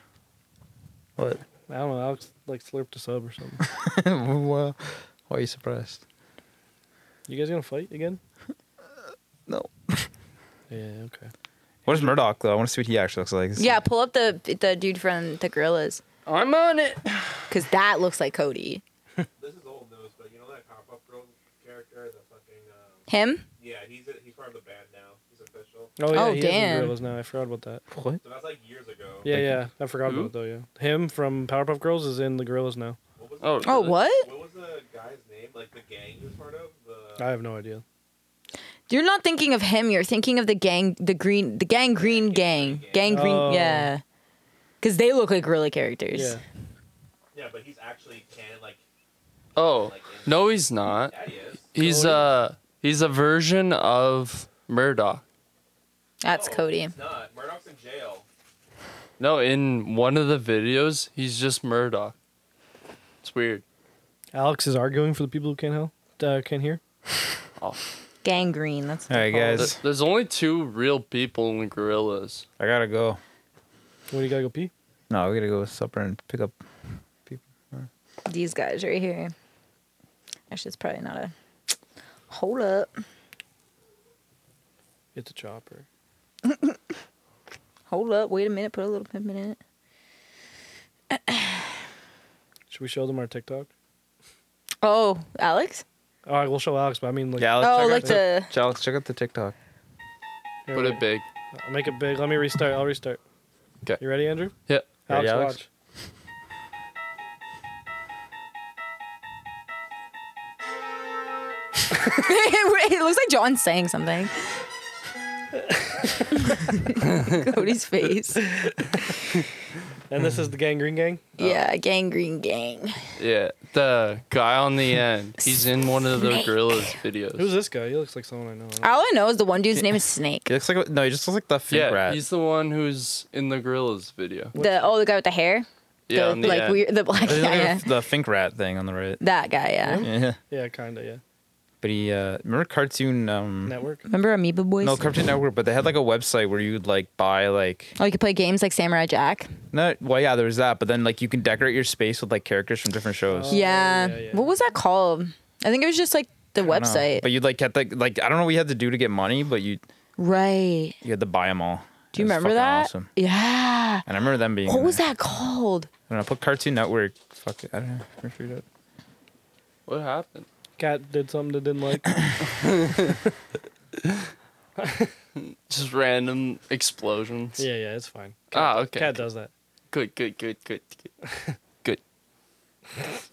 What?
don't know. Alex like slurped a sub or something.
Why why are you surprised?
You guys gonna fight again?
No.
Yeah. Okay.
What is Murdoch though? I want to see what he actually looks like.
Yeah, pull up the the dude from the Gorillas,
I'm on it.
cause that looks like Cody.
This is old news, but you know that cop up girl character, the fucking um,
Him?
yeah, he's a, he's part of the band now. He's official.
Oh yeah.
Oh,
he Is in
damn.
Gorillas now. I forgot about that.
What?
So that's like years ago.
Yeah,
Thank
yeah. I forgot
Who?
about it though. Yeah. Him from Powerpuff Girls is in the Gorillas now.
What was
Oh,
Oh, what?
what was the guy's name? Like the gang he was part of. The
I have no idea.
You're not thinking of him. You're thinking of the gang, the green, the gang green gang, gang green.
Oh.
Yeah, cause they look like gorilla characters.
Yeah.
yeah, but he's actually canon. Like
Oh, no, he's not.
yeah, he is.
He's uh, he's a version of Murdoch.
That's
No,
Cody.
He's not. Murdoch's in jail.
No, in one of the videos, he's just Murdoch. It's weird.
Alex is arguing for the people who can't help. Uh, can't hear.
Gang green. That's.
All right,
Th-
guys.
There's only two real people in the gorillas.
I gotta go.
What do you gotta go pee?
No, we gotta go supper and pick up.
These guys right here. Actually, it's probably not a. Hold up.
It's a chopper.
Hold up. Wait a minute. Put a little pimp in it.
Should we show them our TikTok?
Oh, Alex.
All right, we'll show Alex, but I mean, like,
Yeah, Alex,
Oh,
check out
like the-
Alex, check out the TikTok.
here,
Put it
wait.
big.
I'll make it big. Let me restart. I'll restart.
'Kay.
You ready, Andrew?
Yeah.
Ready, Alex?
watch.
it looks like John's saying something. Cody's face.
And this is the gangrene gang.
Yeah, gang green gang.
Yeah. The guy on the end. He's in one of the gorillas videos.
Who's this guy? He looks like someone I know. I don't-
All I know is the one dude's name is Snake.
He looks like a- no, he just looks like the food
yeah,
rat.
he's the one who's in the gorillas video.
The oh, the guy with the hair.
Yeah,
the,
on the
like
end.
weird, the black guy. Yeah.
The Fink Rat thing on the right.
That guy, yeah.
Yeah.
Yeah, kind of. Yeah.
But he uh remember cartoon um
Network.
Remember Amoeba Boys?
No, Cartoon Network, but they had like a website where you'd like buy like
Oh, you could play games like Samurai Jack.
no well yeah, there was that, but then like you can decorate your space with like characters from different shows.
yeah.
yeah, yeah.
What was that called? I think it was just like the
I don't know.
website.
But you'd like get like like I don't know what you had to do to get money, but you
right.
you had to buy them all.
Do you
It was
remember
fucking
that?
Awesome.
Yeah.
And I remember them being
What
in
was
there.
that called?
I don't know, put Cartoon Network fuck it, I don't know. I forget.
What happened?
Cat did something that didn't like.
Just random explosions.
yeah, yeah, it's fine.
Ah, okay.
Cat does that.
Good, good, good, good, good. good.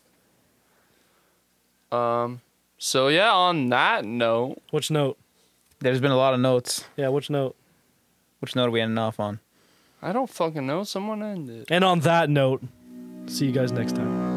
Um. So yeah, on that note,
Which note?
There's been a lot of notes.
Yeah, which note?
Which note are we ending off on?
I don't fucking know. Someone ended.
And on that note, see you guys next time.